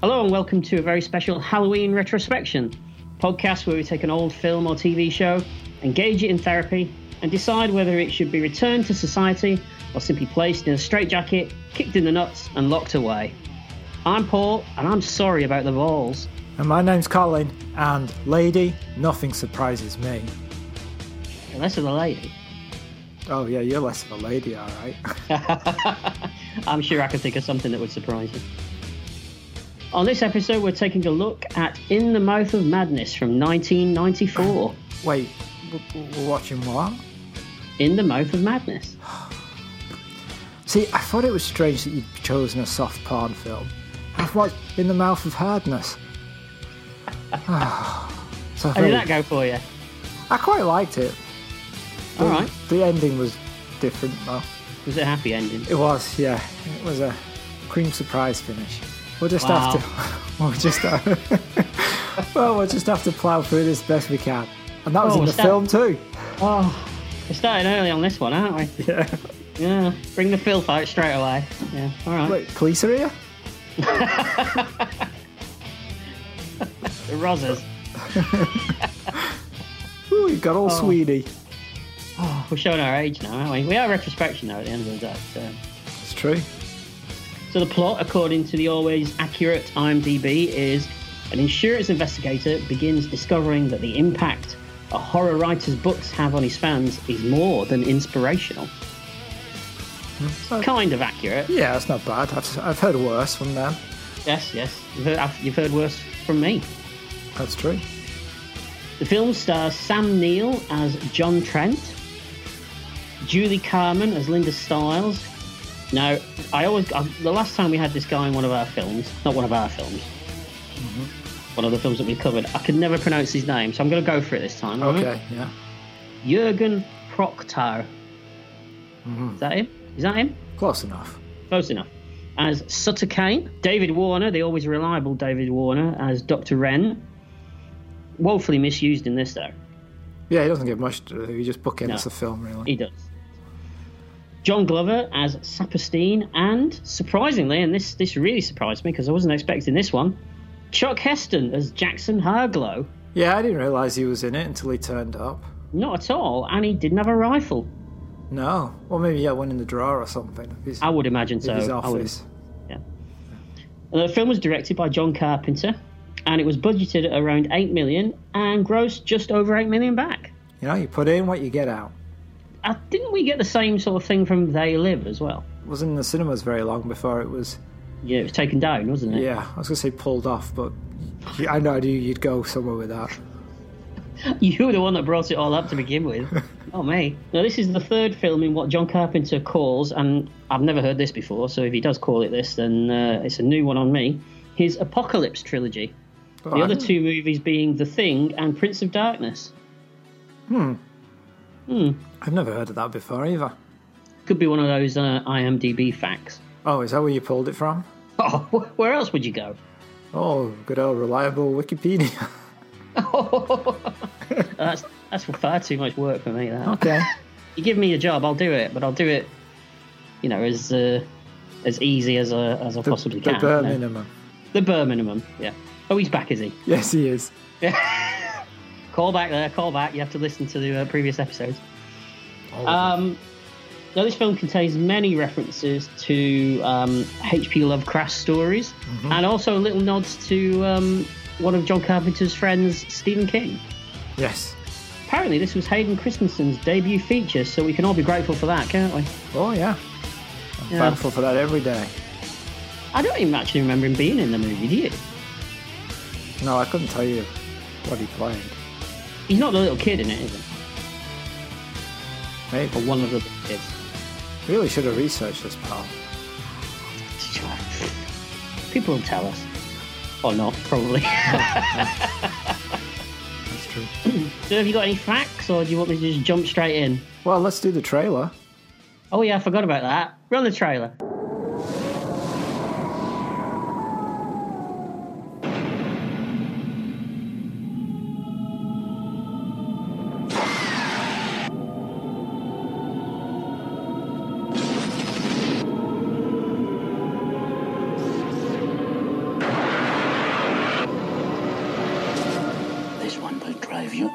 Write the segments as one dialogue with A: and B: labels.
A: Hello and welcome to a very special Halloween retrospection podcast where we take an old film or TV show, engage it in therapy, and decide whether it should be returned to society or simply placed in a straitjacket, kicked in the nuts, and locked away. I'm Paul, and I'm sorry about the balls.
B: And my name's Colin, and lady, nothing surprises me.
A: Unless of the lady.
B: Oh, yeah, you're less of a lady, all right.
A: I'm sure I can think of something that would surprise you. On this episode, we're taking a look at In the Mouth of Madness from 1994.
B: Wait, w- w- we're watching what?
A: In the Mouth of Madness.
B: See, I thought it was strange that you'd chosen a soft porn film. I've watched In the Mouth of Hardness. so I,
A: How did
B: thought-
A: that go for you?
B: I quite liked it.
A: All right.
B: The ending was different, though.
A: Was it a happy ending?
B: It was, yeah. It was a cream surprise finish. We'll just have to. We'll just. Have, well, we'll just have to plough through this best we can, and that was
A: Oh,
B: in the
A: was that-
B: film too.
A: Oh, we're starting early on this one, aren't we? Yeah. Yeah. Bring the filth out straight away. Yeah. All right.
B: Wait, police are here.
A: The Rozzers.
B: Ooh, you got all Sweeney.
A: Oh, we're showing our age now, aren't we? We are retrospection now at the end of the day. So.
B: It's true.
A: So the plot, according to the always accurate IMDb, is an insurance investigator begins discovering that the impact a horror writer's books have on his fans is more than inspirational. Kind of accurate.
B: Yeah, that's not bad. I've, I've heard worse from them.
A: Yes, yes. You've heard, I've- you've heard worse from me.
B: That's true.
A: The film stars Sam Neill as John Trent, Julie Carman as Linda Stiles. Now, I always I, the last time we had this guy in one of our films, not one of our films, one of the films that we covered. I could never pronounce his name, so I'm going to go for it this time. all right?
B: Okay, yeah.
A: Jürgen Proctor. Is that him? Is that him?
B: Close enough.
A: Close enough. As Sutter Kane, David Warner, the always reliable David Warner, as Dr. Wren. Woefully misused in this, though.
B: Yeah, he doesn't get much to do. He just bookends
A: No.
B: the film, really.
A: He does. John Glover as Saperstein, and surprisingly, and this this really surprised me because I wasn't expecting this one, Chuck Heston as Jackson Harglow.
B: Yeah, I didn't realise he was in it until he turned up.
A: Not at all, and he didn't have a rifle.
B: No. Well, maybe yeah, one in the drawer or something. If he's,
A: I would imagine so.
B: if he's
A: I would- Uh,
B: office.
A: The film was directed by John Carpenter, and it was budgeted at around eight million and grossed just over eight million back.
B: You know, you put in what you get out.
A: Uh, didn't we get the same sort of thing from They Live as well?
B: wasn't in the cinemas very long before it was.
A: Yeah, it was taken down, wasn't it?
B: Yeah, I was gonna say pulled off, but you- I know I knew you'd go somewhere with that.
A: You were the one that brought it all up to begin with. oh, me. Now, this is the third film in what John Carpenter calls, and I've never heard this before, so if he does call it this, then uh, it's a new one on me, his Apocalypse trilogy.
B: But
A: The
B: I
A: other
B: didn't-
A: two movies being The Thing and Prince of Darkness.
B: I've never heard of that before either.
A: Could be one of those uh, IMDb facts.
B: Oh, is that where you pulled it from?
A: Oh, wh- where else would you go?
B: Oh, good old reliable Wikipedia.
A: That's that's far too much work for me. That
B: okay.
A: you give me a job, I'll do it, but I'll do it, you know, as uh, as easy as I, as I
B: The,
A: possibly
B: the
A: can.
B: bare
A: you know.
B: minimum.
A: The bare minimum, yeah. Oh, he's back, is he?
B: Yes, he is.
A: Call back there, call back. You have to listen to the uh, previous episodes.
B: Uh,
A: Um, now, this film contains many references to um, H.P. Lovecraft stories and also little nods to um, one of John Carpenter's friends, Stephen King.
B: Yes.
A: Apparently, this was Hayden Christensen's debut feature, so we can all be grateful for that, can't we?
B: Oh yeah. I'm
A: Yeah.
B: thankful for that every day.
A: I don't even actually remember him being in the movie, do you?
B: No, I couldn't tell you what he played.
A: He's not the little kid in it, is he?
B: Maybe.
A: Or one of the little kids.
B: Really should have researched this pal.
A: People will tell us. Or not, probably.
B: That's true.
A: so, have you got any facts, or do you want me to just jump straight in?
B: Well, let's do the trailer.
A: Oh, yeah, I forgot about that. Run the trailer.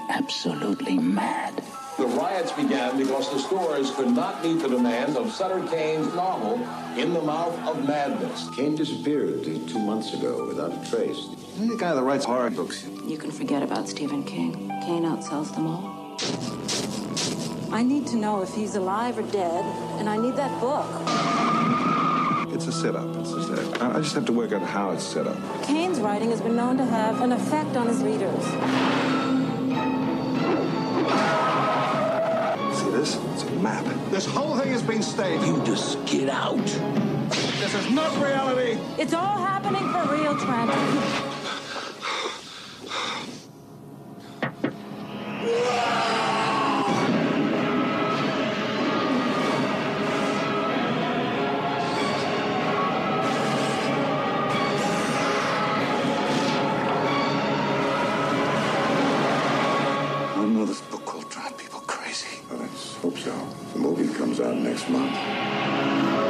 C: absolutely mad.
D: The riots began because the stores could not meet the demands of Sutter Kane's novel, In the Mouth of Madness.
E: Kane disappeared two months ago without a trace.
F: He's the guy that writes horror books.
G: You can forget about Stephen King. Kane outsells them all. I need to know if he's alive or dead, and I need that book.
F: It's a setup. It's a setup. I just have to work out how it's set up.
G: Kane's writing has been known to have an effect on his readers.
F: See this? It's a map.
H: This whole thing has been staged.
C: You just get out.
H: This is not reality.
G: It's all happening for real, Trent.
F: I know this book will drive people crazy.
E: Well, let's hope so. The movie comes out next month.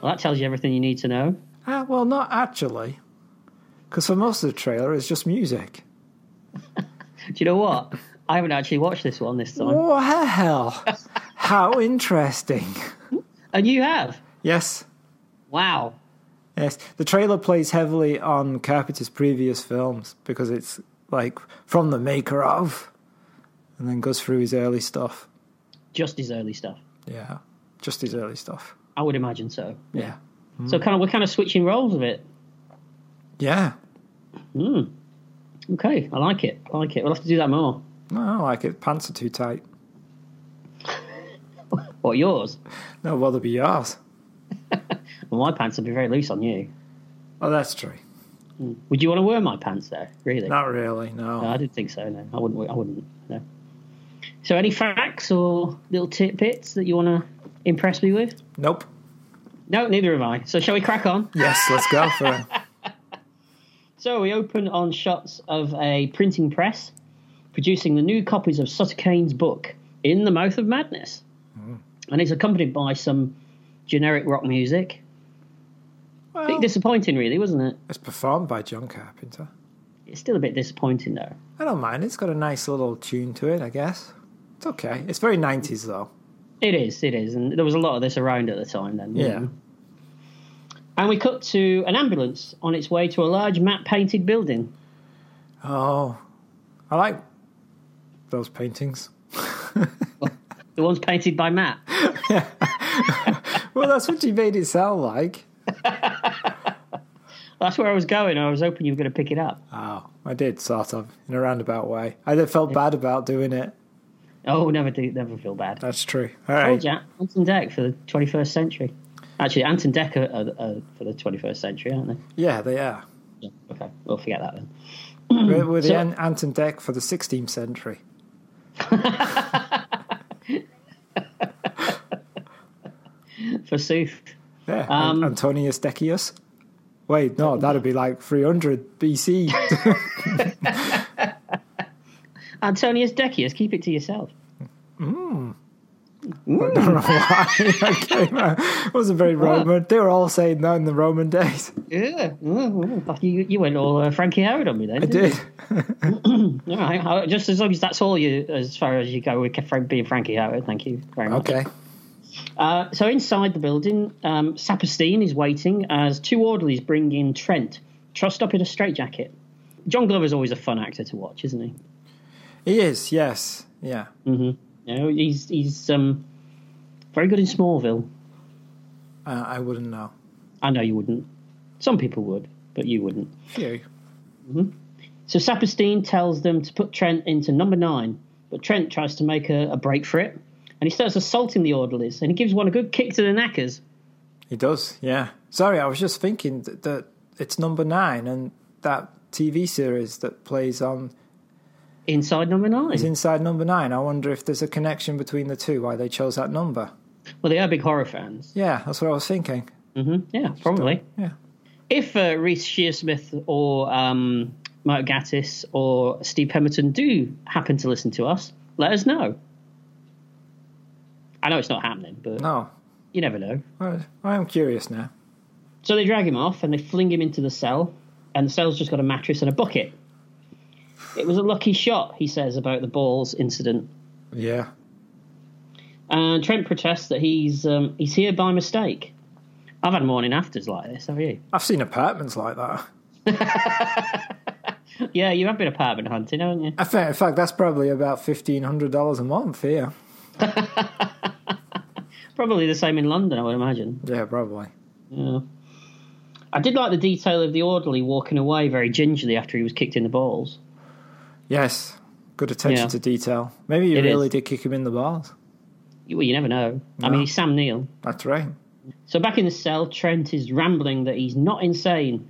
A: Well, that tells you everything you need to know.
B: Ah, well, not actually. Because for most of the trailer, it's just music.
A: Do you know what? I haven't actually watched this one this time.
B: Wow! How interesting.
A: And you have?
B: Yes.
A: Wow.
B: Yes. The trailer plays heavily on Carpenter's previous films because it's like from the maker of, and then goes through his early stuff.
A: Just his early stuff.
B: Yeah. Just his early stuff.
A: I would imagine so.
B: Yeah.
A: So kind of we're kind of switching roles a bit.
B: Yeah.
A: Mm. Okay, I like it. I like it. We'll have to do that more.
B: No, I don't like it. Pants are too tight.
A: What yours?
B: No, well, they'll be yours.
A: Well, my pants would be very loose on you.
B: Oh, that's true.
A: Would you want to wear my pants though? Really?
B: Not really, no.
A: No, I didn't think so. No, I wouldn't. I wouldn't. No. So, any facts or little tidbits that you want to impress me with?
B: Nope.
A: No, neither am I. So, shall we crack on?
B: Yes, let's go for it.
A: So we open on shots of a printing press producing the new copies of Sutter Kane's book, In the Mouth of Madness. And it's accompanied by some generic rock music.
B: Well,
A: Bit disappointing, really, wasn't it?
B: it's performed by John Carpenter.
A: It's still a bit disappointing, though.
B: I don't mind. It's got a nice little tune to it, I guess. It's okay. It's very 90s, though.
A: It is, it is. And there was a lot of this around at the time then. wasn't
B: Yeah.
A: there? And we cut to an ambulance on its way to a large matte painted building.
B: Oh, I like those paintings.
A: The one's painted by Matt.
B: Well, that's what you made it sound like.
A: That's where I was going. I was hoping you were going to pick it up.
B: Oh, I did, sort of, in a roundabout way. I then felt bad about doing it.
A: Oh, never do, never feel bad.
B: That's true. All
A: Told
B: right.
A: you, Oh, Anton Deck for the 21st century. Actually, Anton Deck are, are, are for the 21st century, aren't they?
B: Yeah, they are.
A: Yeah, Okay, we'll forget that then.
B: We're, we're the
A: So-
B: An- Anton Deck for the 16th century.
A: Forsooth.
B: Yeah, An- Antonius Decius. Wait, no, that'd be like 300 BC.
A: Antonius Decius, keep it to yourself.
B: it wasn't very Roman. They were all saying that in the Roman days.
A: Yeah. Oh, You, you went all uh, Frankie Howard on me then.
B: I did.
A: All right. I- Just as long as that's all you, as far as you go with Frank, being Frankie Howard, thank you very much.
B: Okay.
A: Uh, so inside the building, um, Saperstein is waiting as two orderlies bring in Trent, trussed up in a straitjacket. John Glover's always a fun actor to watch, isn't he?
B: He is, yes. Yeah.
A: You know, he's he's um, very good in Smallville.
B: Uh, I wouldn't know.
A: I know you wouldn't. Some people would, but you wouldn't.
B: Phew.
A: So Saperstein tells them to put Trent into number nine, but Trent tries to make a, a break for it, and he starts assaulting the orderlies, and he gives one a good kick to the knackers.
B: He does, yeah. Sorry, I was just thinking that, that it's number nine and that TV series that plays on
A: Inside number nine.
B: is inside number nine. I wonder if there's a connection between the two, why they chose that number.
A: well, they are big horror fans.
B: Yeah, that's what I was thinking.
A: Yeah, probably.
B: Yeah.
A: If uh, Reese Shearsmith or um, Mark Gattis or Steve Pemberton do happen to listen to us, let us know. I know it's not happening, but
B: No.
A: you never know.
B: I, I am curious now.
A: So they drag him off and they fling him into the cell, and the cell's just got a mattress and a bucket. It was a lucky shot, he says about the balls incident.
B: Yeah.
A: And Trent protests that he's um, he's here by mistake. I've had morning afters like this, have you?
B: I've seen apartments like that.
A: Yeah, you have been apartment hunting, haven't you?
B: I think, in fact, that's probably about $1,500 a month here.
A: Probably the same in London, I would imagine.
B: Yeah, probably.
A: Yeah. I did like the detail of the orderly walking away very gingerly after he was kicked in the balls.
B: Yes. Good attention
A: Yeah.
B: to detail. Maybe you
A: It
B: really
A: is.
B: did kick him in the balls.
A: You, well, you never know. I mean, he's Sam Neill.
B: That's right.
A: So back in the cell, Trent is rambling that he's not insane,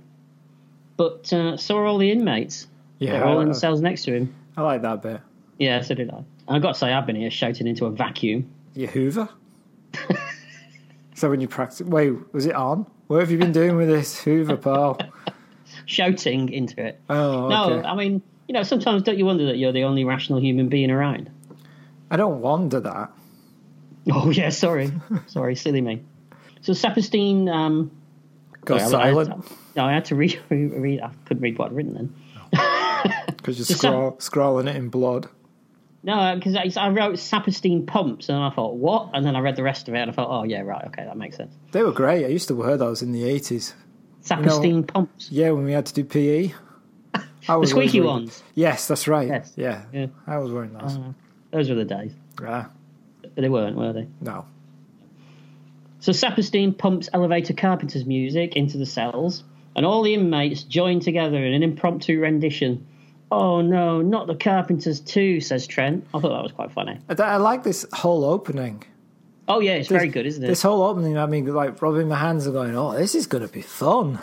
A: but uh, so are all the inmates.
B: Yeah.
A: They're all in
B: I,
A: the cells next to him.
B: I like that bit.
A: Yeah, so did I. And I've got to say, I've been here shouting into a vacuum.
B: You Hoover? so when you practice. Wait, was it on? What have you been doing with this Hoover, pal?
A: Shouting into it.
B: Oh,
A: no,
B: okay.
A: I mean, you know, sometimes don't you wonder that you're the only rational human being around?
B: I don't wonder that.
A: Oh, yeah, sorry. sorry, silly me. So Saperstein um,
B: Got
A: Sorry, I- I-
B: silent
A: no, I had to read, read, read. I couldn't read what I'd written then.
B: because you're
A: Just some-
B: scrawl, scrawling it in blood.
A: No, because I, I wrote Saperstein pumps, and then I thought what, and then I read the rest of it, and I thought, oh yeah, right, okay, that makes sense.
B: They were great. I used to wear those in the 80s.
A: Saperstein pumps,
B: Yeah, when we had to do PE. I
A: the
B: was always
A: squeaky
B: wearing-
A: ones.
B: Yes, that's right.
A: Yes.
B: Yeah.
A: Yeah. Uh-huh.
B: I was wearing those.
A: Those were the days.
B: Yeah.
A: But they weren't, were they?
B: No.
A: So Saperstein pumps elevator carpenter's music into the cells, and all the inmates join together in an impromptu rendition. Oh no, not the carpenters too, says Trent. I thought that was quite funny.
B: I, I like this whole opening.
A: Oh yeah, it's
B: This-
A: very good, isn't
B: This
A: it?
B: whole opening, I mean, like rubbing my hands and going, oh, this is going to be fun.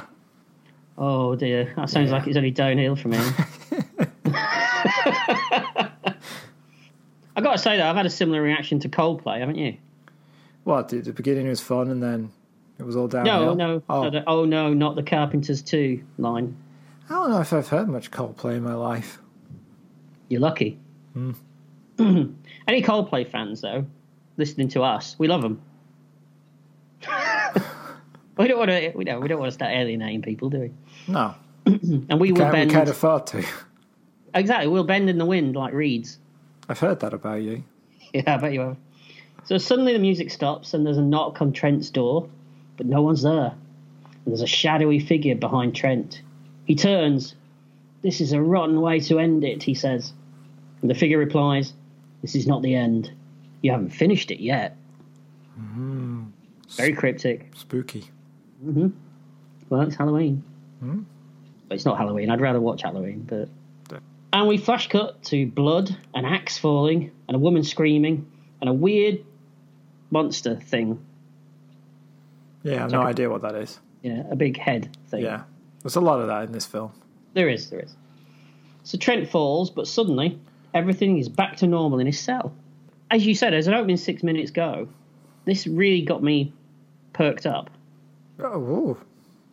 A: Oh dear, that sounds like it's only downhill from here. I got to say though, I've had a similar reaction to Coldplay, haven't you?
B: What? The, the beginning was fun and then it was all
A: No,
B: downhill?
A: no,
B: Oh,
A: no, no, oh no, not the Carpenters too line.
B: I don't know if I've heard much Coldplay in my life.
A: You're lucky. Any Coldplay fans though, listening to us, we love them. we don't want to, we don't, we don't want to start alienating people, do we?
B: No.
A: And we will
B: Can't, we
A: bend
B: can't afford to.
A: exactly. We'll bend in the wind like reeds.
B: I've heard that about you.
A: Yeah, I bet you have. So suddenly the music stops and there's a knock on Trent's door, but no one's there. And there's a shadowy figure behind Trent. He turns. This is a rotten way to end it, he says. And the figure replies, This is not the end. You haven't finished it yet. Very cryptic.
B: Spooky.
A: Well, it's Halloween. But it's not Halloween. I'd rather watch Halloween, but. And we flash cut to blood, an axe falling, and a woman screaming, and a weird monster thing.
B: Yeah, no idea what that is.
A: Yeah, a big head thing.
B: Yeah. There's a lot of that in this film.
A: There is, there is. So Trent falls, but suddenly everything is back to normal in his cell. As you said, as an opening six minutes go, this really got me perked up.
B: Oh, whoa.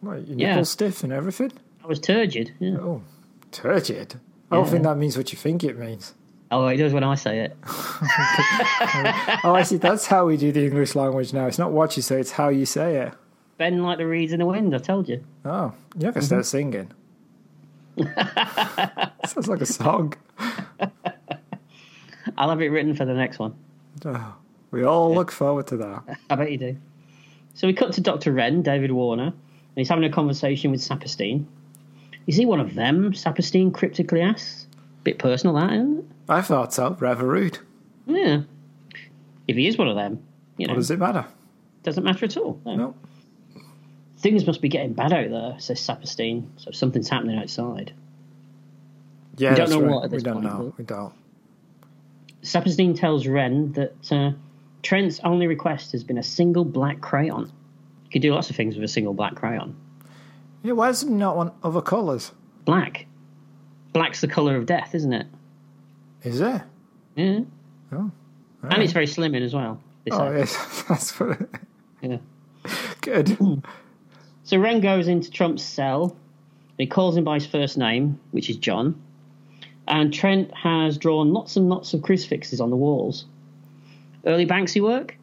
B: What, your
A: Yeah.
B: nipples stiff and everything?
A: I was turgid. Yeah.
B: Oh, turgid. I don't
A: Yeah.
B: think that means what you think it means.
A: Oh, it does when I say it.
B: Oh, I see. That's how we do the English language now. It's not what you say, it's how you say it.
A: Bend like the reeds in the wind, I told you.
B: Oh, you
A: Mm-hmm.
B: have to start singing. Sounds like a song.
A: I'll have it written for the next one.
B: Oh, we all look forward to that.
A: I bet you do. So we cut to Dr. Wren, David Warner, and he's having a conversation with Saperstein. Is he one of them? Saperstein cryptically asks. Bit personal, that, isn't it?
B: I thought so. Rather rude.
A: Yeah. If he is one of them, you know,
B: What does it matter?
A: doesn't matter at all. No.
B: No.
A: Things must be getting bad out there, says Saperstein. So something's happening outside.
B: Yeah,
A: don't
B: that's
A: know
B: right.
A: what at
B: we
A: this
B: don't
A: point,
B: know.
A: but-
B: We don't.
A: Saperstein tells Wren that uh, Trent's only request has been a single black crayon. You can do lots of things with a single black crayon.
B: Yeah, why does it not want other colours?
A: Black. Black's the colour of death, isn't it?
B: Is it?
A: Yeah.
B: Oh,
A: And it's very slimming as well. This
B: Oh,
A: outfit.
B: yes. That's what it,
A: yeah.
B: Good.
A: So Ren goes into Trump's cell. and He calls him by his first name, which is John. And Trent has drawn lots and lots of crucifixes on the walls. Early Banksy work?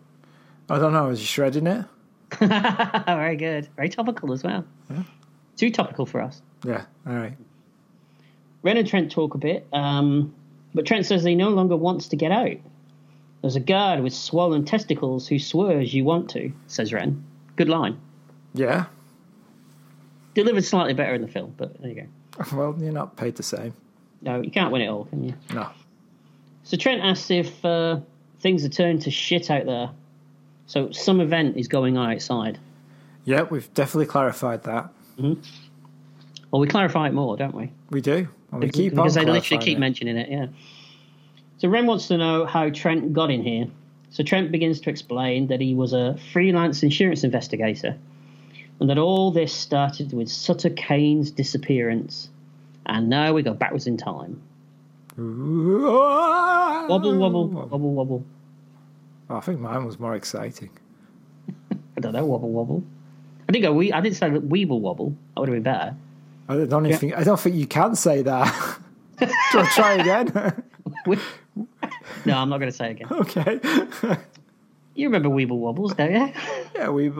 B: I don't know. Is he shredding it?
A: Oh, Very good. Very topical as well. Too topical for us.
B: Yeah. All right.
A: Ren and Trent talk a bit, um, but Trent says he no longer wants to get out. There's a guard with swollen testicles who swears you want to, says Ren. Good line.
B: Yeah.
A: Delivered slightly better in the film, but there you go.
B: Well, you're not paid the same.
A: No, you can't win it all, can you?
B: No.
A: So Trent asks if uh, things are turned to shit out there. So some event is going on outside.
B: Yeah, we've definitely clarified that.
A: Well, we clarify it more, don't we?
B: We do. And we
A: Because-
B: keep on
A: because they literally
B: clarifying
A: keep
B: it.
A: mentioning it. Yeah. So Ren wants to know how Trent got in here. So Trent begins to explain that he was a freelance insurance investigator, and that all this started with Sutter Kane's disappearance, and now we go backwards in time. Wobble, wobble, wobble, wobble.
B: Oh, I think mine was more exciting.
A: I don't know, wobble, wobble. I didn't go. We. I didn't say that weeble wobble. That would have been better.
B: I don't even think I don't think you can say that. try, try again.
A: We- no, I'm not going to say it again.
B: okay.
A: You remember weeble wobbles, don't you?
B: Yeah, we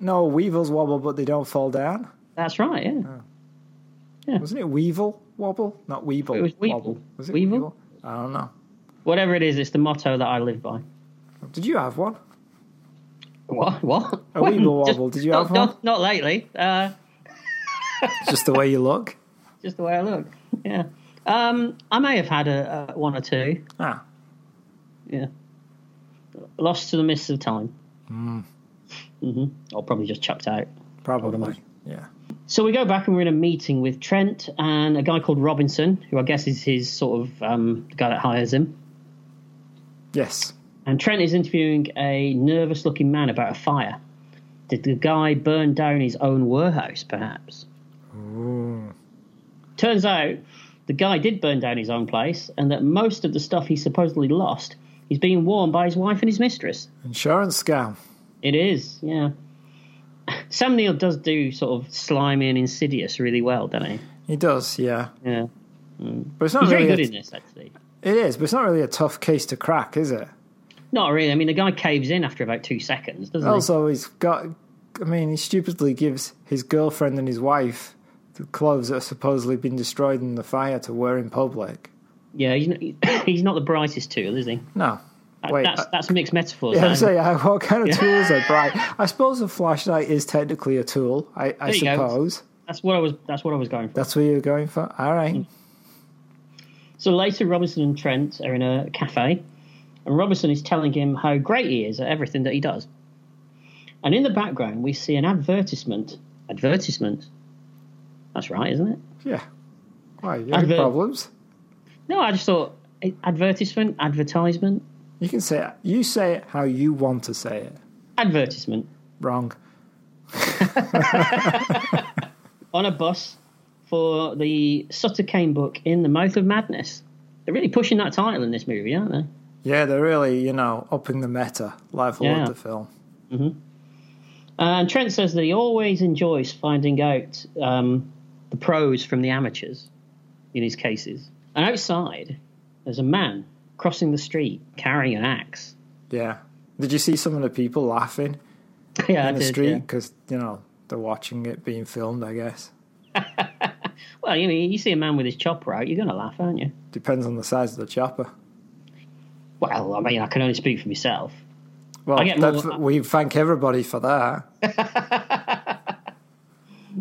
B: no weevils wobble, but they don't fall down.
A: That's right. Yeah.
B: Oh. Wasn't it weevil wobble? Not weevil.
A: It was weevil.
B: Wobble. Was it
A: Weevil?
B: weevil? I don't know.
A: Whatever it is, it's the motto that I live by.
B: Did you have one?
A: What? What?
B: A weeble wobble. Did you
A: not,
B: have one?
A: Not, not lately. Uh,
B: Just the way you look.
A: just the way I look. Yeah. Um, I may have had a, a one or two.
B: Ah,
A: Yeah. Lost to the mists of time.
B: Hmm.
A: Mm-hmm. Or probably just chucked out.
B: probably. Yeah.
A: So we go back and we're in a meeting with Trent and a guy called Robinson, who I guess is his sort of um, the guy that hires him.
B: Yes.
A: And Trent is interviewing a nervous looking man about a fire. Did the guy burn down his own warehouse, perhaps? Turns out the guy did burn down his own place, and that most of the stuff he supposedly lost is being worn by his wife and his mistress.
B: Insurance scam.
A: It is, yeah. Sam Neill does do sort of slimy and insidious really well, doesn't he?
B: He does. Yeah.
A: Yeah.
B: But it's not
A: He's very
B: really.
A: good
B: a,
A: in this, actually.
B: It is, but it's not really a tough case to crack, is it?
A: Not really. I mean, the guy caves in after about two seconds, doesn't he?
B: Also, he's got. I mean, he stupidly gives his girlfriend and his wife the clothes that have supposedly been destroyed in the fire to wear in public.
A: Yeah, he's not, he's not the brightest tool, is he?
B: No. Wait.
A: that's
B: I-
A: that's mixed metaphors.
B: yeah,
A: that
B: I'm
A: isn't it?
B: saying, uh, what kind of tools are bright? I suppose a flashlight is technically a tool, I, I
A: you go.
B: suppose.
A: that's what I was. That's what I was going for.
B: That's what you're going for? All right.
A: Hmm. So later, Robinson and Trent are in a cafe, and Robinson is telling him how great he is at everything that he does. And in the background, we see an advertisement. Advertisement. That's right, isn't it?
B: Yeah. Why? You have
A: Advert-
B: problems?
A: No, I just thought eh, advertisement, advertisement,
B: You can say it. You say it how you want to say it.
A: advertisement.
B: Wrong.
A: On a bus for the Sutter Kane book, In the Mouth of Madness. They're really pushing that title in this movie, aren't they?
B: Yeah, they're really, you know, upping the meta level
A: Yeah.
B: of the film.
A: And Trent says that he always enjoys finding out um, the pros from the amateurs in his cases. And outside, there's a man crossing the street carrying an axe.
B: Yeah. Did you see some of the people laughing
A: yeah, I
B: in the
A: did,
B: street?
A: yeah.
B: Because, you know, they're watching it being filmed, I guess.
A: Well, you know, you see a man with his chopper out, you're going to laugh, aren't you?
B: Depends on the size of the chopper.
A: Well, I mean, I can only speak for myself.
B: Well,
A: I get
B: that's,
A: more- uh
B: we thank everybody for that.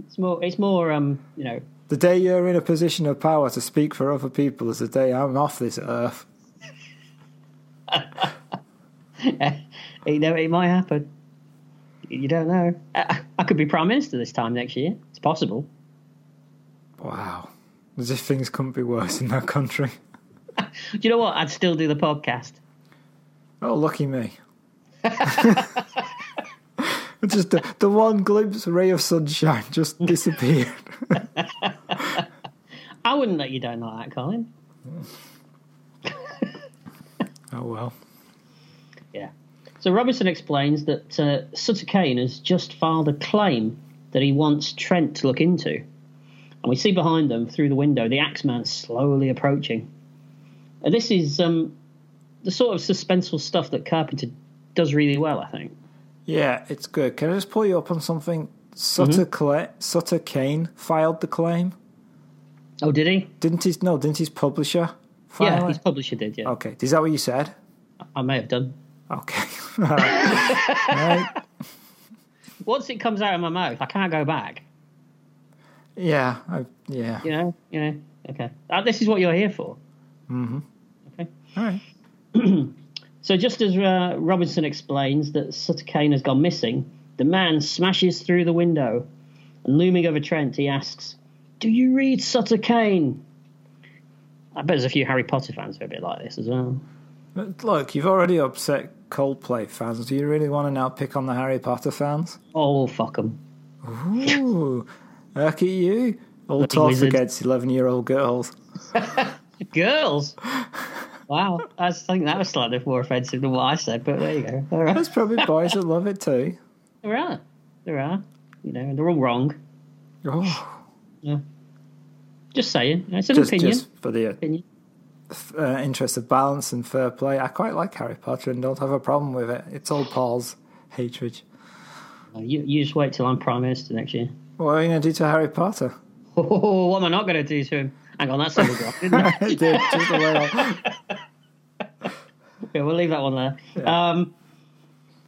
A: It's more, it's more, um, you know,
B: The day you're in a position of power to speak for other people is the day I'm off this earth.
A: you know, it might happen. You don't know. I, I could be prime minister this time next year. It's possible.
B: Wow. As if things couldn't be worse in that country.
A: Do you know what? I'd still do the podcast.
B: Oh, lucky me. just the, the one glimpse ray of sunshine just disappeared.
A: I wouldn't let you down like that, Colin.
B: oh, well.
A: Yeah. So Robinson explains that uh, Sutter Kane has just filed a claim that he wants Trent to look into. And we see behind them through the window the Axeman slowly approaching. Uh, And this is um, the sort of suspenseful stuff that Carpenter does really well, I think.
B: Yeah, it's good. Can I just pull you up on something? Sutter, Cla- Sutter Kane filed the claim.
A: Oh, did he?
B: Didn't his no? Didn't his publisher file
A: Yeah,
B: it?
A: his publisher did. Yeah,
B: okay, is that what you said?
A: I may have done.
B: Okay, all right. All right.
A: Once it comes out of my mouth, I can't go back.
B: Yeah, I, yeah.
A: You know, you know. Okay, Uh, this is what you're here for.
B: All right.
A: So just as uh, Robinson explains that Sutter Kane has gone missing, the man smashes through the window, and looming over Trent, he asks, "Do you read Sutter Kane?" I bet there's a few Harry Potter fans who are a bit like this as well.
B: But look, you've already upset Coldplay fans. Do you really want to now pick on the Harry Potter fans?
A: Oh, well, fuck them.
B: Ooh, look at you, all
A: Bloody
B: talk
A: wizard.
B: against eleven-year-old girls.
A: Girls. Wow, I think that was slightly more offensive than what I said, but there you go. All right.
B: There's probably boys that love it too.
A: There are. There are. You know, they're all wrong.
B: Oh,
A: Just saying. It's an
B: just,
A: opinion.
B: just for the
A: Opinion.
B: uh, interest of balance and fair play, I quite like Harry Potter and don't have a problem with it. It's all Paul's hatred.
A: Oh, You, you just wait till I'm Prime Minister next year.
B: What are you going to do to Harry Potter?
A: Oh, what am I not going to do to him? Hang on, that's a good one, didn't I?
B: It did, just a little.
A: Yeah, we'll leave that one there. Um,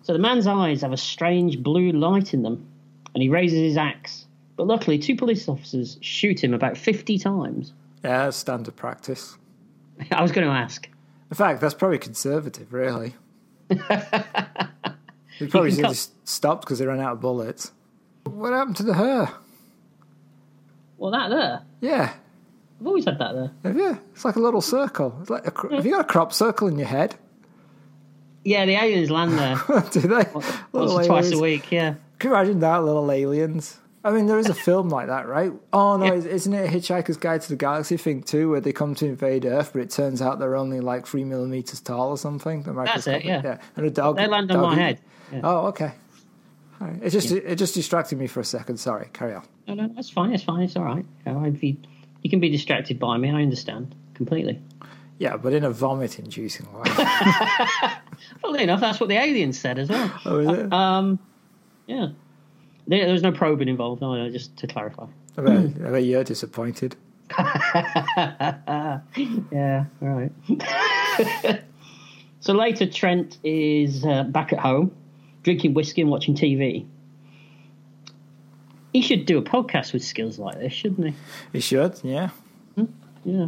A: so the man's eyes have a strange blue light in them, and he raises his axe. But luckily, two police officers shoot him about 50 times.
B: Yeah, standard practice.
A: I was going to ask.
B: In fact, that's probably conservative, really. they probably
A: can
B: should
A: cut-
B: have just stopped because they ran out of bullets. What happened to the hair?
A: Well, that there.
B: Yeah,
A: I've always had that there.
B: have you? It's like a little circle. It's like a, cro- have you got a crop circle in your head?
A: Yeah, the aliens land there
B: Do they?
A: once
B: Little
A: or twice a
B: aliens.
A: week, yeah.
B: Can you imagine that, little aliens? I mean, there is a film like that, right? Oh no, is isn't it a Hitchhiker's Guide to the Galaxy thing too, where they come to invade Earth, but it turns out they're only like three millimeters tall or something? The
A: That's it,
B: microscopic-
A: yeah.
B: and a dog.
A: They land on
B: dog
A: my
B: eat-
A: head. Yeah.
B: Oh, okay. All right. It just it just distracted me for a second. Sorry, carry on.
A: No, no, that's fine. It's fine. It's all right. You, know, if you, you can be distracted by me. I understand completely.
B: Yeah, but in a vomit-inducing way.
A: Funnily enough, that's what the aliens said as well.
B: oh, is it?
A: Um, yeah. There, there was no probing involved. No, no, just to clarify.
B: I, bet, I bet you're disappointed.
A: Yeah, all right. so later, Trent is uh, back at home, drinking whiskey and watching TV. He should do a podcast with skills like this, shouldn't he?
B: You should. Yeah.
A: Yeah.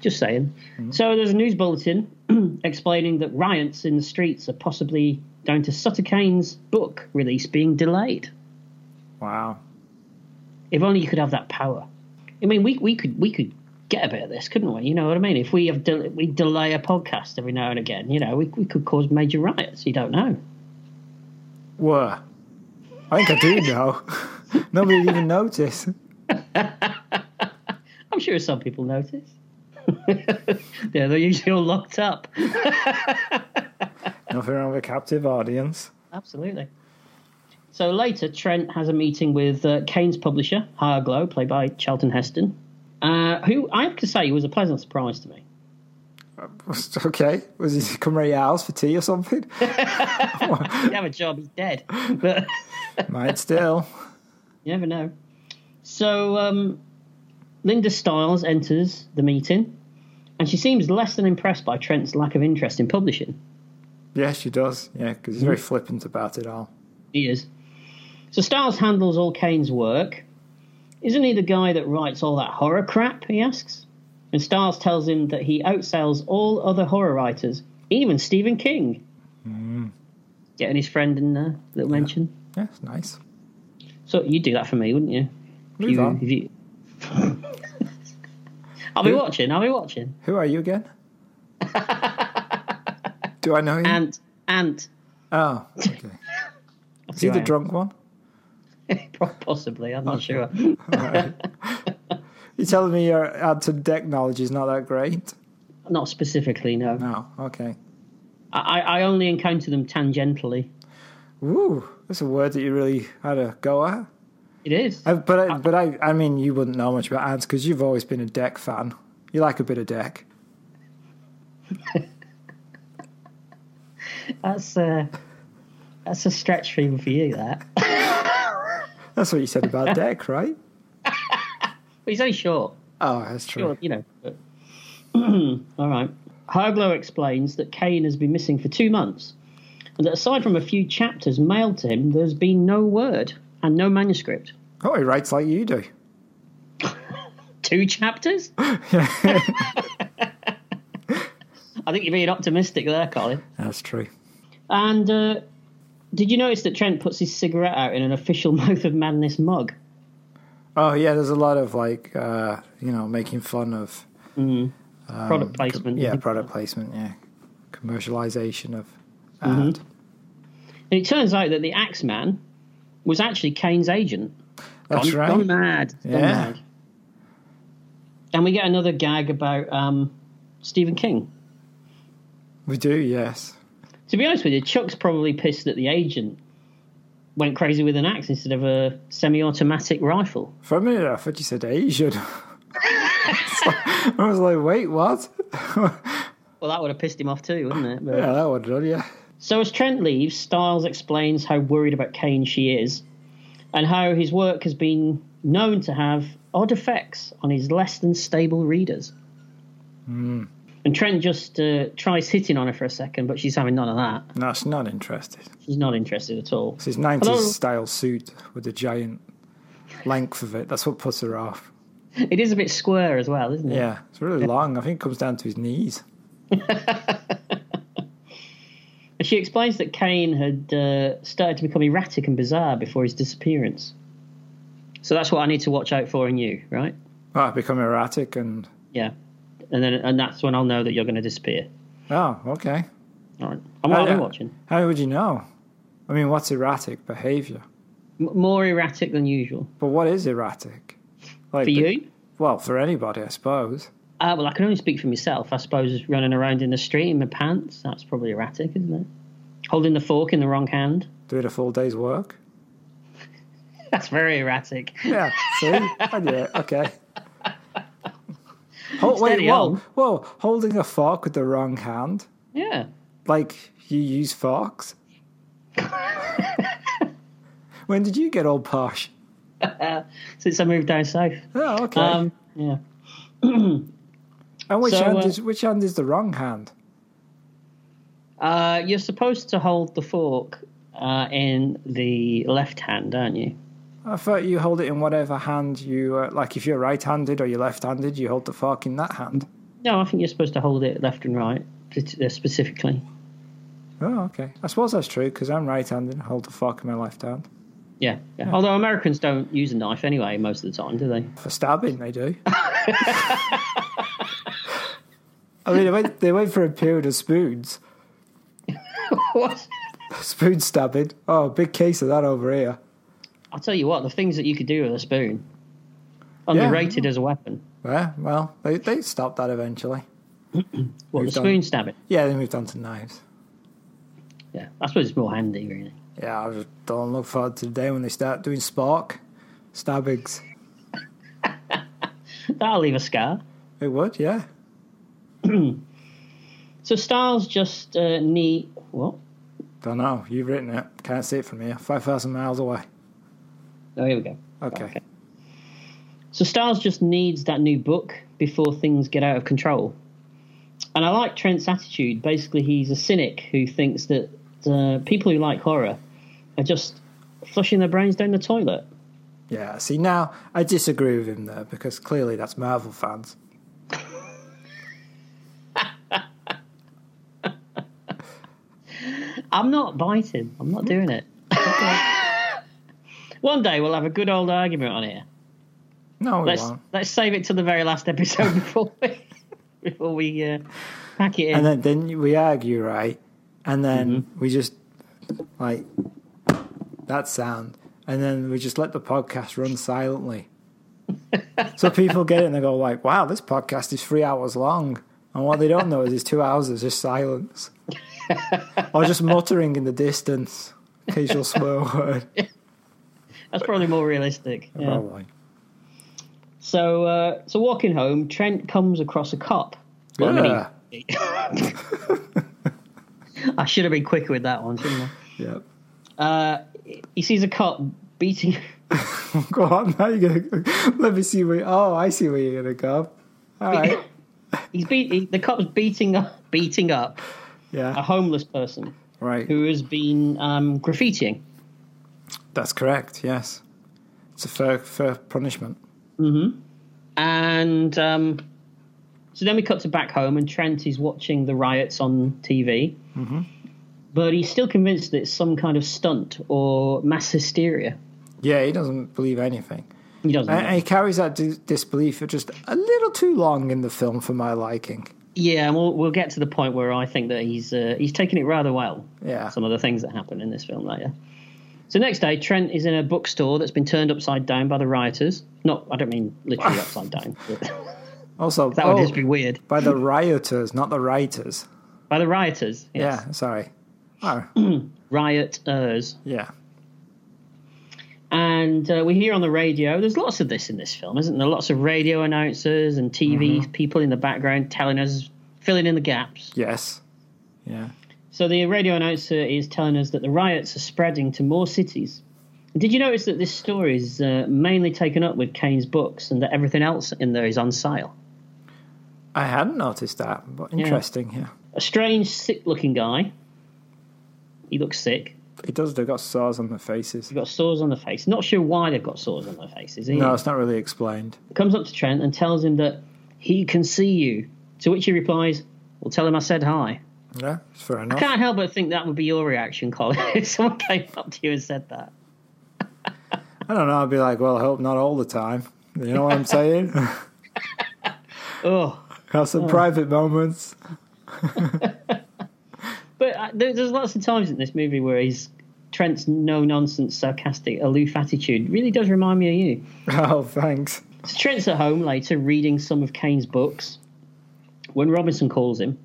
A: Just saying. So there's a news bulletin explaining that riots in the streets are possibly down to Sutter Kane's book release being delayed.
B: Wow.
A: If only you could have that power. I mean, we, we could we could get a bit of this, couldn't we? You know what I mean? If we have del- we delay a podcast every now and again, you know, we we could cause major riots. You don't know.
B: Whoa. I think I do know. Nobody would even noticed.
A: I'm sure some people notice. yeah, they're usually all locked up.
B: Nothing wrong with a captive audience.
A: Absolutely. So later, Trent has a meeting with uh, Kane's publisher, Harglow, played by Charlton Heston, uh, who I have to say was a pleasant surprise to me.
B: Okay, was he come around your house for tea or something?
A: He didn't have a job, he's dead. But
B: Might still.
A: you never know. So um, Linda Stiles enters the meeting, and she seems less than impressed by Trent's lack of interest in publishing.
B: Yeah, she does. Yeah, because he's very flippant about it all.
A: He is. So Stiles handles all Kane's work. Isn't he the guy that writes all that horror crap? He asks. And Stiles tells him that he outsells all other horror writers, even Stephen King. Getting his friend in there, little mention.
B: Yeah, it's nice.
A: So you'd do that for me, wouldn't you?
B: Move
A: you,
B: on.
A: if you... I'll be
B: Who-
A: watching. I'll be watching.
B: Who are you again? Do I know you?
A: Ant, ant,
B: oh, okay. Is he
A: who I
B: the
A: am.
B: drunk one?
A: possibly. I'm not sure.
B: You're telling me your Anton Deck knowledge is not that great?
A: Not specifically. No.
B: No, okay.
A: I, I only encounter them tangentially.
B: Woo, that's a word that you really had a go at.
A: It is.
B: Uh, But I, but I, I mean, you wouldn't know much about ants because you've always been a Deck fan. You like a bit of Deck.
A: That's uh, That's a stretch for you, that.
B: That's what you said about Deck, right?
A: But he's only short.
B: Oh, that's
A: Well,
B: true.
A: you know. but- All right. Hoglow explains that Kane has been missing for two months, and that aside from a few chapters mailed to him, there's been no word and no manuscript.
B: Oh, he writes like you do.
A: Two chapters? I think you're being optimistic there, Colin.
B: That's true.
A: And uh, did you notice that Trent puts his cigarette out in an official Mouth of Madness mug?
B: Oh yeah, there's a lot of like uh, you know making fun of
A: Product placement.
B: Oh, yeah product placement, yeah commercialization of
A: And
B: ad.
A: it turns out that the Axeman was actually Kane's agent.
B: That's
A: gone,
B: right.
A: gone mad. Gone
B: Yeah.
A: mad. And we get another gag about um, Stephen King.
B: We do, yes.
A: To be honest with you, Chuck's probably pissed that the agent went crazy with an axe instead of a semi-automatic rifle.
B: For a minute, I thought you said Asian. It's like- I was like, wait, what?
A: Well, that would have pissed him off too, wouldn't it? But-
B: Yeah, that would have done, yeah.
A: So as Trent leaves, Styles explains how worried about Kane she is, and how his work has been known to have odd effects on his less than stable readers.
B: Hmm.
A: And Trent just uh, tries hitting on her for a second, but she's having none of that.
B: No, she's not interested.
A: She's not interested at all.
B: It's his 90s
A: Hello.
B: style suit with the giant length of it. That's what puts her off.
A: It is a bit square as well, isn't it?
B: Yeah, it's really long. I think it comes down to his knees.
A: And she explains that Kane had uh, started to become erratic and bizarre before his disappearance. So that's what I need to watch out for in you, right?
B: Oh, I become erratic and.
A: Yeah. And then and that's when I'll know that you're going to disappear.
B: Oh, okay.
A: All right. I'm already
B: yeah.
A: watching.
B: How would you know? I mean, what's erratic behavior?
A: M- more erratic than usual.
B: But what is erratic? Like
A: For you?
B: Well, for anybody, I suppose.
A: Uh, well, I can only speak for myself. I suppose running around in the street in my pants, that's probably erratic, isn't it? Holding the fork in the wrong hand,
B: Doing a full day's work.
A: that's very erratic.
B: Yeah, see? I knew it. Okay. Hold, wait,
A: Steady
B: whoa,
A: on.
B: whoa. Holding a fork with the wrong hand?
A: Yeah.
B: Like, you use forks? when did you get all posh?
A: Since I moved down south.
B: Oh, okay.
A: Um, yeah.
B: and which,
A: so,
B: hand
A: uh,
B: is, which hand is the wrong hand?
A: Uh, you're supposed to hold the fork uh, in the left hand, aren't you?
B: I thought you hold it in whatever hand you... Uh, like, if you're right-handed or you're left-handed, you hold the fork in that hand.
A: No, I think you're supposed to hold it left and right t- uh, specifically.
B: Oh, okay. I suppose that's true, because I'm right-handed and hold the fork in my left hand.
A: Yeah. yeah. Although Americans don't use a knife anyway most of the time, do they?
B: For stabbing, they do. I mean, they went, they went for a period of spoons.
A: what?
B: Spoon stabbing. Oh, big case of that over here.
A: I'll tell you what, the things that you could do with a spoon, underrated as a weapon.
B: Yeah, well, they, they stopped that eventually.
A: What, the
B: We've done-
A: spoon stabbing?
B: Yeah, they moved on to knives.
A: Yeah, I suppose it's more handy, really.
B: Yeah, I just don't look forward to the day when they start doing spark stabbings.
A: That'll leave a scar.
B: It would, yeah.
A: So Styles just uh, knee. What?
B: Don't know. You've written it. Can't see it from here. 5,000 miles away.
A: Oh, here we go.
B: Okay.
A: Okay. So Styles just needs that new book before things get out of control. And I like Trent's attitude. Basically, he's a cynic who thinks that uh, people who like horror are just flushing their brains down the toilet.
B: Yeah, see, now I disagree with him there because clearly that's Marvel fans.
A: I'm not biting. I'm not doing it. One day we'll have a good old argument on here.
B: No, we
A: Let's
B: won't.
A: let's save it to the very last episode before we before we uh, pack it in.
B: and then, then we argue, right? And then
A: Mm-hmm.
B: we just like that sound, and then we just let the podcast run silently. so people get it and they go like, "Wow, this podcast is three hours long." And what they don't know is it's two hours of just silence, or just muttering in the distance, occasional swear word.
A: That's probably more realistic. Yeah.
B: Probably.
A: So uh, so walking home, Trent comes across a cop. Well, I mean,
B: Yeah.
A: I should have been quicker with that one, shouldn't I?
B: Yep.
A: Uh, he sees a cop beating.
B: Go on, now you're gonna let me see where. Oh, I see where you're gonna go. All right,
A: He's beat he- the cop's beating up, beating up a
B: yeah,
A: homeless person
B: right.
A: who has been um, graffitiing.
B: That's correct. Yes, it's a fair, fair punishment.
A: And um, so then we cut to back home, and Trent is watching the riots on TV.
B: Mm-hmm.
A: But he's still convinced that it's some kind of stunt or mass hysteria.
B: Yeah, he doesn't believe anything,
A: He doesn't.
B: and,
A: know.
B: and he carries that dis- disbelief for just a little too long in the film for my liking.
A: yeah, and we'll, we'll get to the point where I think that he's uh, he's taken it rather well.
B: Yeah,
A: Some of the things that happen in this film later. So next day, Trent is in a bookstore that's been turned upside down by the rioters. Not, I don't mean literally upside down. but
B: also
A: that would
B: oh,
A: just be weird.
B: by the rioters, not the writers.
A: By the rioters. Yes.
B: Yeah, sorry. Oh,
A: Rioters.
B: yeah.
A: and uh, we hear on the radio there's lots of this in this film isn't there lots of radio announcers and tv people in the background telling us filling in the gaps
B: Yes. Yeah.
A: so the radio announcer is telling us that the riots are spreading to more cities did you notice that this story is uh, mainly taken up with kane's books and that everything else in there is on sale
B: I hadn't noticed that, but interesting. Yeah.
A: a strange sick looking guy he looks sick
B: It does. They've got sores on their faces.
A: He's got sores on the face not sure why they've got sores on their faces either.
B: No, it's not really explained.
A: comes up to Trent and tells him that he can see you. To which he replies, Well, tell him I said hi.
B: Yeah, it's fair enough.
A: Can't help but think that would be your reaction, Colin, if someone came up to you and said that.
B: I don't know. I'd be like, well, I hope not all the time. You know what I'm saying?
A: Oh.
B: Have some private moments.
A: But uh, there, there's lots of times in this movie where he's Trent's no nonsense, sarcastic, aloof attitude really does remind me of you.
B: Oh, thanks.
A: So Trent's at home later reading some of Kane's books when Robinson calls him.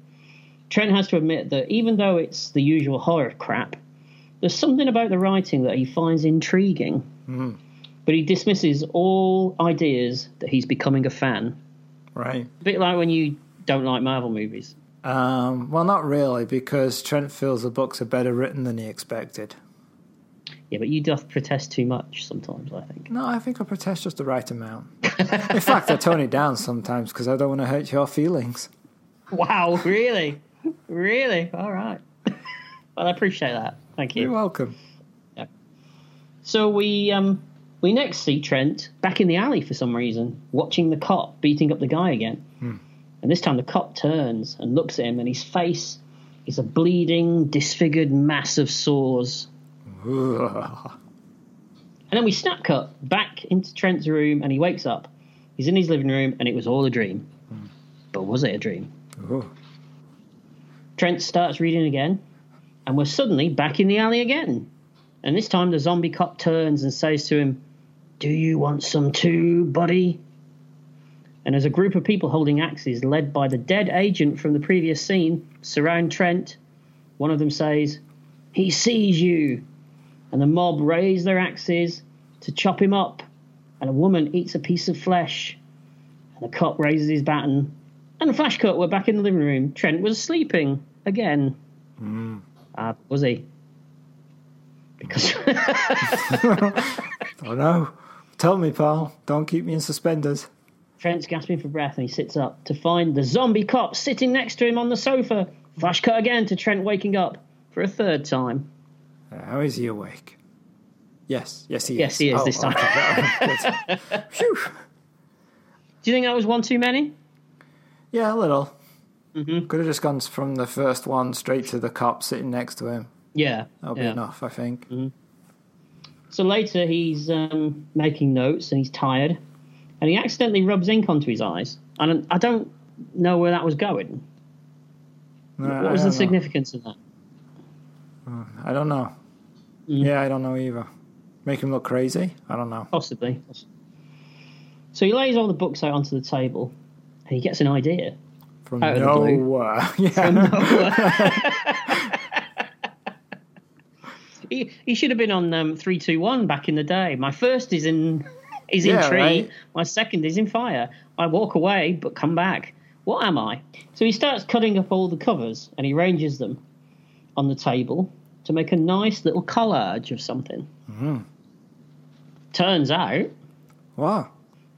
A: Trent has to admit that even though it's the usual horror crap, there's something about the writing that he finds intriguing. But he dismisses all ideas that he's becoming a fan.
B: Right.
A: A bit like when you don't like Marvel movies.
B: Um, well, not really, because Trent feels the books are better written than he expected.
A: Yeah, but you doth protest too much sometimes, I think.
B: No, I think I protest just the right amount. In fact, I tone it down sometimes because I don't want to hurt your feelings.
A: Wow, really? really? All right. well, I appreciate that. Thank you.
B: You're welcome.
A: So we um, we next see Trent back in the alley for some reason, watching the cop beating up the guy again. And this time the cop turns and looks at him, and his face is a bleeding, disfigured mass of sores.
B: Ugh.
A: And then we snap cut back into Trent's room, and he wakes up. He's in his living room, and it was all a dream. But was it a dream?
B: Ooh.
A: Trent starts reading again, and we're suddenly back in the alley again. And this time the zombie cop turns and says to him, Do you want some too, buddy? And as a group of people holding axes, led by the dead agent from the previous scene, surround Trent, one of them says, He sees you. And the mob raise their axes to chop him up, and a woman eats a piece of flesh. And the cop raises his baton and flash cut, we're back in the living room. Trent was sleeping again.
B: Hmm.
A: Uh, was he? Because
B: Oh no. Tell me, pal. Don't keep me in suspenders.
A: Trent's gasping for breath and he sits up to find the zombie cop sitting next to him on the sofa. Flash cut again to Trent waking up for a third time.
B: How is he awake? Yes, yes, he
A: Yes,
B: is. Oh,
A: he is this time.
B: time. Phew.
A: Do you think that was one too many?
B: Yeah, a little.
A: Mm-hmm.
B: Could have just gone from the first one straight to the cop sitting next to him.
A: Yeah.
B: That'll be
A: yeah. Mm-hmm.
B: enough, I think.
A: So later he's um, making notes and he's tired and he accidentally rubs ink onto his eyes. And I don't know where that was going.
B: No,
A: What
B: I
A: was
B: don't
A: the
B: know.
A: significance of that?
B: I don't know.
A: Mm.
B: Yeah, I don't know either. Make him look crazy? I don't know.
A: Possibly. So he lays all the books out onto the table and he gets an idea.
B: From
A: Out of the blue.
B: nowhere. yeah.
A: He, he should have been on um, 321 back in the day. My first is in is in
B: Yeah,
A: tree,
B: right.
A: my second is in fire. I walk away but come back. What am I? So he starts cutting up all the covers and he ranges them on the table to make a nice little collage of something.
B: Mm-hmm.
A: Turns out,
B: Wow.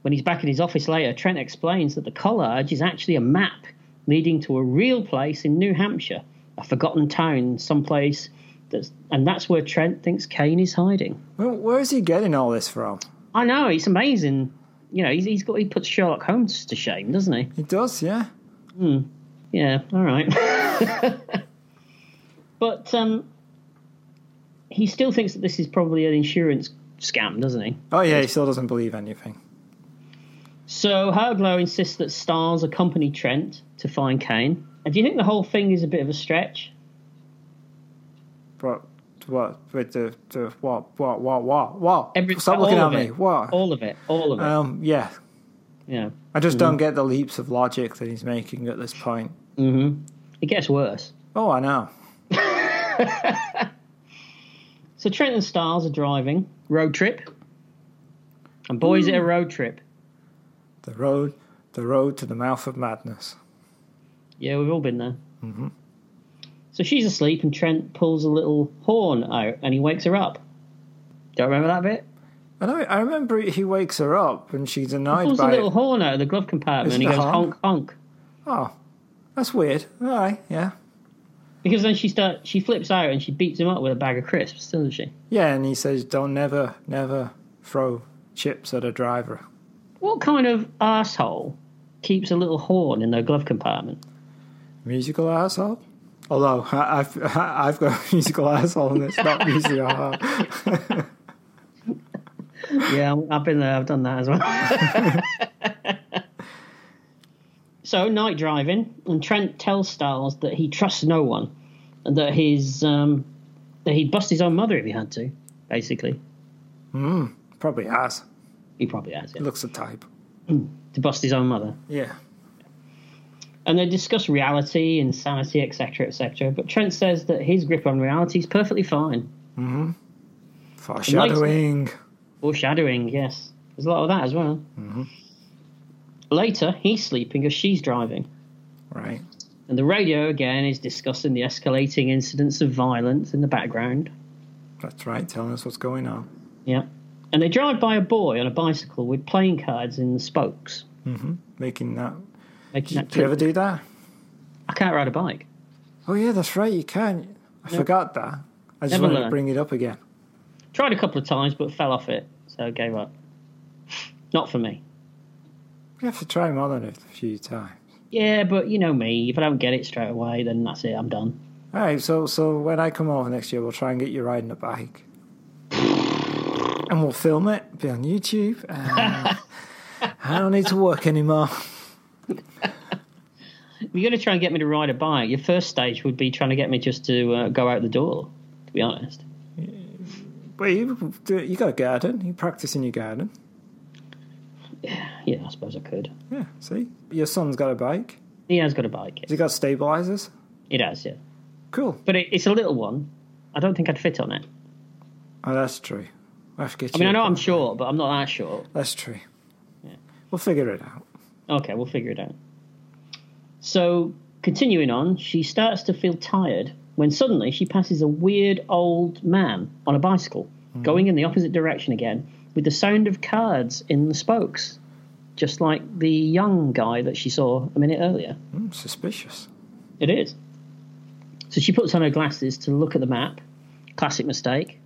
A: when he's back in his office later, Trent explains that the collage is actually a map leading to a real place in New Hampshire, a forgotten town, someplace that's, and that's where Trent thinks Kane is hiding.
B: Where, where is he getting all this from?
A: I know it's amazing. You know, he's, he's got he puts Sherlock Holmes to shame, doesn't he?
B: He does, yeah.
A: Yeah, all right. but um, he still thinks that this is probably an insurance scam, doesn't he?
B: Oh, yeah, he still doesn't believe anything.
A: So Hardlow insists that Styles accompany Trent to find Kane. And do you think the whole thing is a bit of a stretch?
B: But what? With the, the what? What? What? What? What?
A: Every-
B: Stop
A: all
B: looking at
A: of
B: me.
A: it.
B: What?
A: All of it. All of it.
B: Um, yeah.
A: yeah.
B: I just
A: Mm.
B: don't get the leaps of logic that he's making at this point.
A: It gets worse.
B: Oh, I know.
A: So Trent and Styles are driving road trip, and boy, is it a road trip!
B: The road, the road to the mouth of madness.
A: Yeah, we've all been there. Mm-hmm. So she's asleep, and Trent pulls a little horn out, and he wakes her up. Don't remember that bit?
B: I know. I remember he wakes her up and she's annoyed
A: Pulls a
B: by
A: little
B: it.
A: horn out of the glove compartment, and
B: Isn't
A: he
B: it
A: goes
B: honk?
A: honk honk.
B: Oh, that's weird. All right, yeah,
A: Because then she start she flips out and she beats him up with a bag of crisps, doesn't she?
B: yeah. And he says, "Don't never, never throw chips at a driver."
A: What kind of asshole keeps a little horn in their glove compartment?
B: Musical asshole. Although I, I've I've got a musical asshole and it's not musical. asshole.
A: Yeah, I've been there. I've done that as well. so night driving, and Trent tells Styles that he trusts no one, and that his um, that he'd bust his own mother if he had to. Basically,
B: Probably has.
A: he probably has yeah,
B: Looks the type.
A: to bust his own mother.
B: Yeah.
A: And they discuss reality, insanity, etc., etc. But Trent says that his grip on reality is perfectly fine.
B: Foreshadowing.
A: Foreshadowing, yes. There's a lot of that as well.
B: Mm-hmm.
A: Later, he's sleeping as she's driving.
B: Right.
A: And the radio again is discussing the escalating incidents of violence in the background.
B: That's right. Telling us what's going on.
A: Yeah. And they drive by a boy on a bicycle with playing cards in the spokes.
B: Making that.
A: Making that
B: Do you ever
A: trip.
B: do that?
A: I can't ride a bike.
B: Oh yeah, that's right. You can. I forgot that. I just
A: Never
B: wanted to
A: learn.
B: bring it up again.
A: Tried a couple of times but fell off it, so gave up. Not for me.
B: We have to try more than a few times.
A: Yeah, but you know me. If I don't get it straight away, then that's it. I'm done.
B: All right. So so when I come over next year, we'll try and get you riding a bike, and we'll film it. Be on YouTube. And I don't need to work anymore.
A: If you're going to try and get me to ride a bike, your first stage would be trying to get me just to uh, go out the door, to be honest.
B: But you do- you got a garden. You practice in your garden.
A: Yeah, I suppose I could.
B: Yeah. See, your son's got a bike.
A: He has got a bike.
B: Has he got stabilizers?
A: It has, yeah.
B: Cool.
A: But it, it's a little one. I don't think I'd fit on it.
B: Oh, that's true. I have to get
A: I mean,
B: you
A: I
B: a
A: know I'm
B: bike.
A: short, but I'm not that short.
B: That's true. We'll figure it out.
A: Okay, we'll figure it out. So, continuing on, she starts to feel tired when suddenly she passes a weird old man on a bicycle going in the opposite direction again with the sound of cards in the spokes, just like the young guy that she saw a minute earlier.
B: Hmm, suspicious.
A: It is. So she puts on her glasses to look at the map. Classic mistake.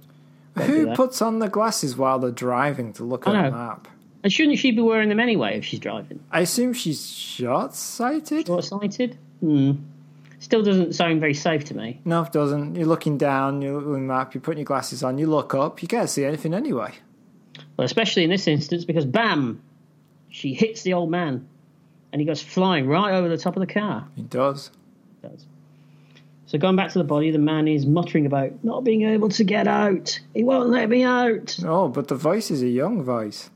A: do
B: Who
A: that.
B: puts on the glasses while they're driving to look at
A: I
B: a
A: know.
B: map?
A: And shouldn't she be wearing them anyway if she's driving?
B: I assume she's short sighted.
A: Short sighted? Hmm. Still doesn't sound very safe to me.
B: No, it doesn't. You're looking down, you're looking at the map, you're putting your glasses on, you look up, you can't see anything anyway.
A: Well, especially in this instance because bam, she hits the old man, and he goes flying right over the top of the car.
B: It does.
A: Does. So going back to the body, the man is muttering about not being able to get out. He won't let me out.
B: Oh, but the voice is a young voice.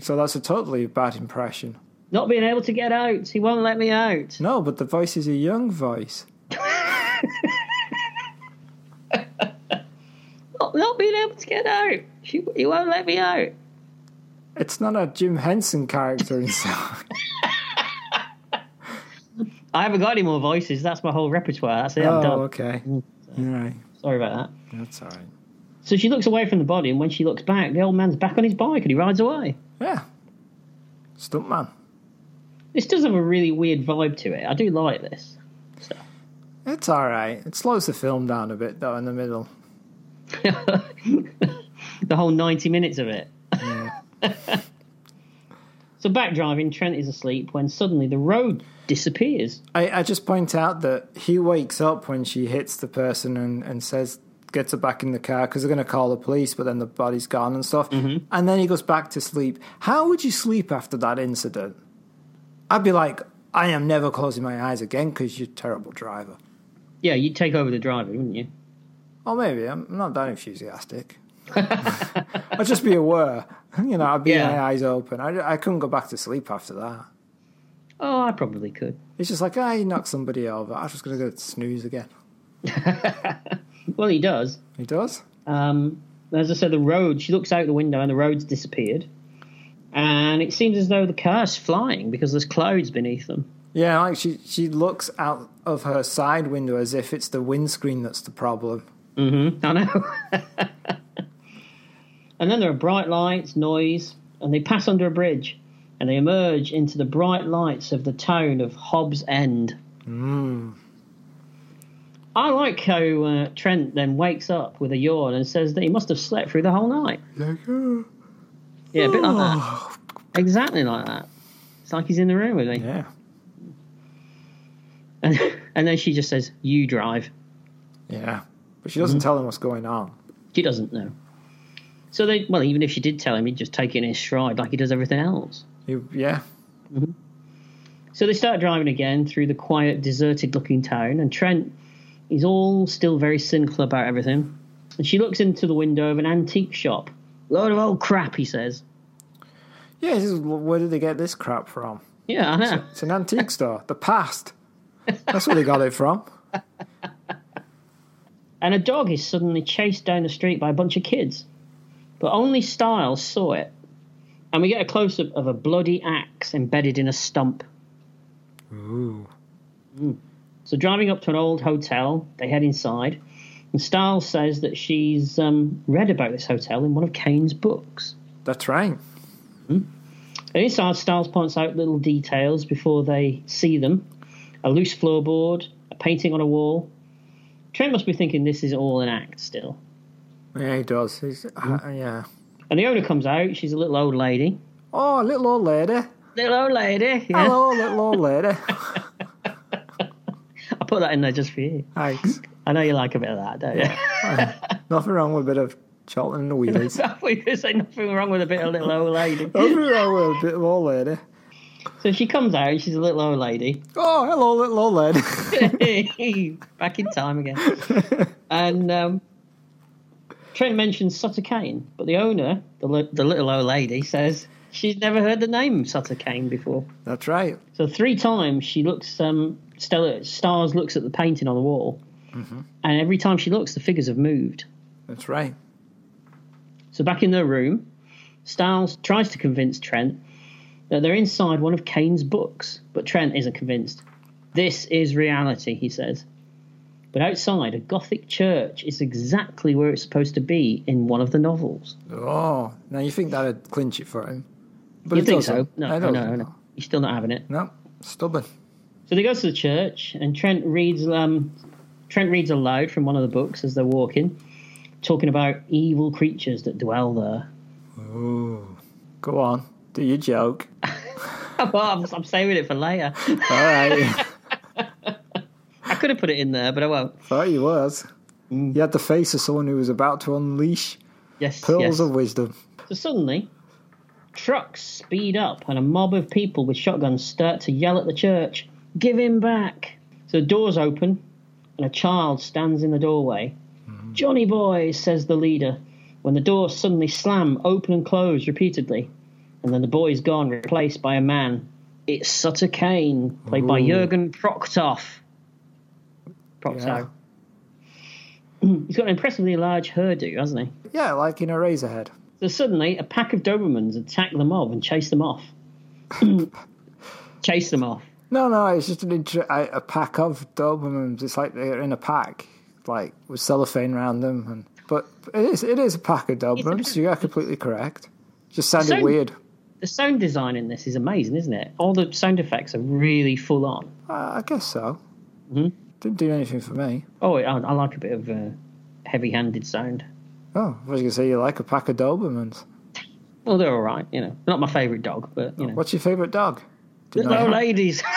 B: So that's a totally bad impression.
A: Not being able to get out. He won't let me out.
B: No, but the voice is a young voice.
A: Not, not being able to get out. She, he won't let me out.
B: It's not a Jim Henson character in song.
A: I haven't got any more voices. That's my whole repertoire. That's it. I'm
B: oh,
A: done.
B: okay. All right.
A: Sorry about that.
B: That's all right.
A: So she looks away from the body, and when she looks back, the old man's back on his bike and he rides away.
B: Yeah. Stuntman.
A: This does have a really weird vibe to it. I do like this.
B: It's all right. It slows the film down a bit, though, in the middle.
A: the whole 90 minutes of it. so back driving, Trent is asleep when suddenly the road disappears.
B: I, I just point out that he wakes up when she hits the person and, and says, gets her back in the car because they're going to call the police, but then the body's gone and stuff. And then he goes back to sleep. How would you sleep after that incident? I'd be like, I am never closing my eyes again because you're a terrible driver.
A: Yeah, you'd take over the driving, wouldn't you?
B: Or maybe I'm I'm not that enthusiastic. I'd just be aware. You know, I'd be
A: Yeah.
B: my eyes open. I, I couldn't go back to sleep after that.
A: Oh, I probably could.
B: It's just like, ah, you knocked somebody over. I'm just going to go snooze again.
A: Well, he does.
B: He does?
A: Um, as I said, the road, she looks out the window and the road's disappeared. And it seems as though the car's flying because there's clouds beneath them.
B: Yeah, like she, she looks out of her side window as if it's the windscreen that's the problem.
A: I know. and then there are bright lights, noise, and they pass under a bridge and they emerge into the bright lights of the town of Hobbs End. I like how uh, Trent then wakes up with a yawn and says that he must have slept through the whole night. yeah, a bit like that. Exactly like that. It's like he's in the room with me.
B: Yeah.
A: And, and then she just says, You drive.
B: Yeah. But she doesn't tell him what's going on.
A: She doesn't know. So they, well, even if she did tell him, he'd just take it in his stride like he does everything else.
B: He, yeah.
A: So they start driving again through the quiet, deserted-looking town, and Trent is all still very cynical about everything. And she looks into the window of an antique shop. Load of old crap, he says.
B: Yeah, this is, where did they get this crap from?
A: Yeah, I know.
B: It's an antique store. The past. That's where they got it from.
A: And a dog is suddenly chased down the street by a bunch of kids. But only Styles saw it. And we get a close up of a bloody axe embedded in a stump. Ooh. So, driving up to an old hotel, they head inside. And Styles says that she's um, read about this hotel in one of Kane's books.
B: That's right.
A: And inside, Styles points out little details before they see them a loose floorboard, a painting on a wall. Trent must be thinking this is all an act still.
B: Yeah, he does. He's, uh, yeah.
A: And the owner comes out. She's a little old lady.
B: Oh, little old lady.
A: Little old lady. Yeah.
B: Hello, little old lady.
A: I put that in there just for you.
B: Thanks.
A: I know you like a bit of that, don't you?
B: Nothing wrong with a bit of Charlton and the wheelies.
A: we could say nothing wrong with a bit of little old lady.
B: Nothing wrong with a bit of old lady.
A: So she comes out. She's a little old lady.
B: Oh, hello, little old lady.
A: Back in time again. And um, Trent mentions Sutter Kane, but the owner, the, li- the little old lady, says she's never heard the name Sutter Kane before.
B: That's right.
A: So three times she looks. Um, Stella Stars looks at the painting on the wall, and every time she looks, the figures have moved.
B: That's right.
A: So back in their room, Styles tries to convince Trent that they're inside one of Kane's books, but Trent isn't convinced. This is reality, he says. But outside, a Gothic church is exactly where it's supposed to be in one of the novels.
B: Oh, now you think that'd clinch it for him? But
A: you
B: it
A: think so?
B: doesn't.
A: No,
B: It
A: no, no,
B: doesn't.
A: no. You're still not having it.
B: No, stubborn.
A: So they go to the church, and Trent reads. Um, Trent reads aloud from one of the books as they're walking, talking about evil creatures that dwell there.
B: Go on, do your joke.
A: Well, I'm, I'm saving it for later.
B: All right,
A: I could have put it in there, but I won't.
B: thought you was. You had the face of someone who was about to unleash
A: Yes.
B: pearls
A: yes.
B: of wisdom.
A: So suddenly, trucks speed up and a mob of people with shotguns start to yell at the church, Give him back! So the doors open and a child stands in the doorway.
B: Mm-hmm.
A: Johnny boy, says the leader, when the doors suddenly slam open and close repeatedly. And then the boy's gone, replaced by a man. It's Sutter Kane, played by Jurgen Proktov. Proktov. He's got an impressively large hairdo, hasn't he?
B: Yeah, like in a Razorhead.
A: So suddenly, a pack of Dobermans attack the mob and chase them off. chase them off.
B: No, no, it's just an inter- a, a pack of Dobermans. It's like they're in a pack. like with cellophane around them. And but it is it is a pack of Dobrums. You are completely correct. Just sounded
A: Sound-
B: weird.
A: The sound design in this is amazing, isn't it? All the sound effects are really full on.
B: Uh, I guess so. Mm-hmm. Didn't do anything for me.
A: Oh, I, I like a bit of uh, heavy-handed sound.
B: Oh, I was going to say you like a pack of Dobermans.
A: Well, they're all right, you know. They're not my favourite dog, but you know.
B: What's your favourite dog? Didn't
A: Hello,
B: I-
A: ladies.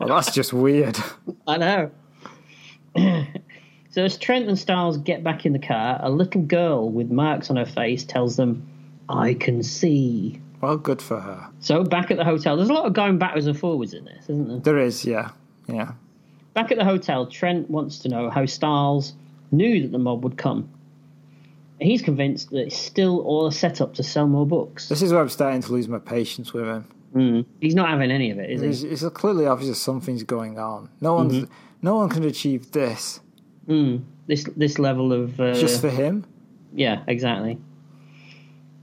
B: Well, that's just weird.
A: I know. so as Trent and Styles get back in the car, a little girl with marks on her face tells them, "I can see."
B: Well, good for her.
A: So back at the hotel, there's a lot of going backwards and forwards in this, isn't there?
B: There is, yeah, yeah.
A: Back at the hotel, Trent wants to know how Styles knew that the mob would come. He's convinced that it's still all a setup to sell more books.
B: This is where I'm starting to lose my patience with him.
A: He's not having any of it, is he?
B: It's, it's clearly obvious something's going on. No one's, no one can achieve this
A: This this level of uh,
B: just for him.
A: yeah, exactly.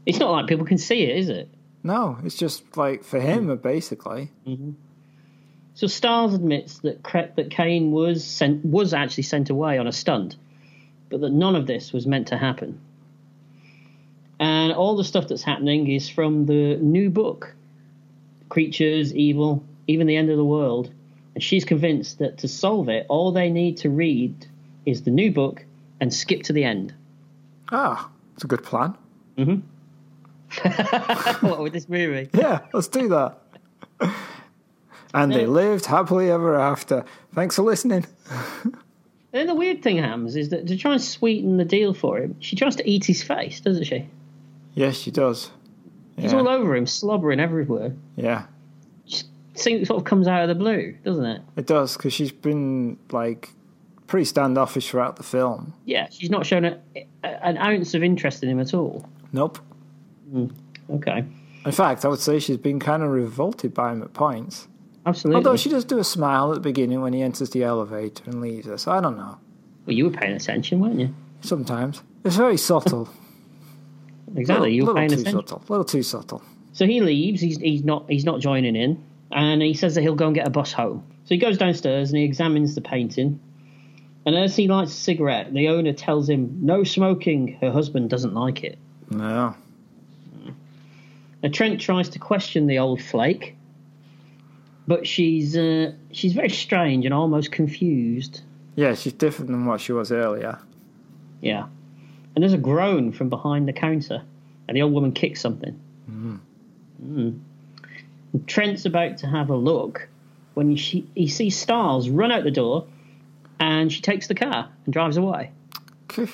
A: It's not like people can see it, is it?
B: No, it's just like for him, basically.
A: So Stars admits that Cre- that Kane was sent was actually sent away on a stunt, but that none of this was meant to happen. And all the stuff that's happening is from the new book, creatures, evil, even the end of the world. And she's convinced that to solve it, all they need to read is the new book and skip to the end.
B: Ah, it's a good plan.
A: what Oh, with this movie?
B: Yeah, let's do that. and they lived happily ever after. Thanks for listening.
A: And then the weird thing happens is that to try and sweeten the deal for him, she tries to eat his face, doesn't she?
B: Yes, she does.
A: She's
B: Yeah.
A: all over him, slobbering everywhere.
B: Yeah,
A: seems sort of comes out of the blue, doesn't it?
B: it does because she's been like pretty standoffish throughout the film.
A: Yeah, she's not shown a, a, an ounce of interest in him at all.
B: Nope.
A: Okay,
B: In fact, I would say she's been kind of revolted by him at points.
A: absolutely.
B: Although she does do a smile at the beginning when he enters the elevator and leaves us. I don't know.
A: well, you were paying attention, weren't you?
B: Sometimes it's very subtle.
A: Exactly, you were
B: little
A: paying
B: too
A: attention.
B: subtle. little too subtle.
A: So he leaves. He's he's not he's not joining in, and he says that he'll go and get a bus home. So he goes downstairs and he examines the painting. And as he lights a cigarette, the owner tells him no smoking. Her husband doesn't like it.
B: No.
A: Now, Trent tries to question the old flake, but she's uh, she's very strange and almost confused.
B: Yeah, she's different than what she was earlier.
A: Yeah. And there's a groan from behind the counter, and the old woman kicks something. Mm. And Trent's about to have a look when she, he sees Stars run out the door, and she takes the car and drives away.
B: She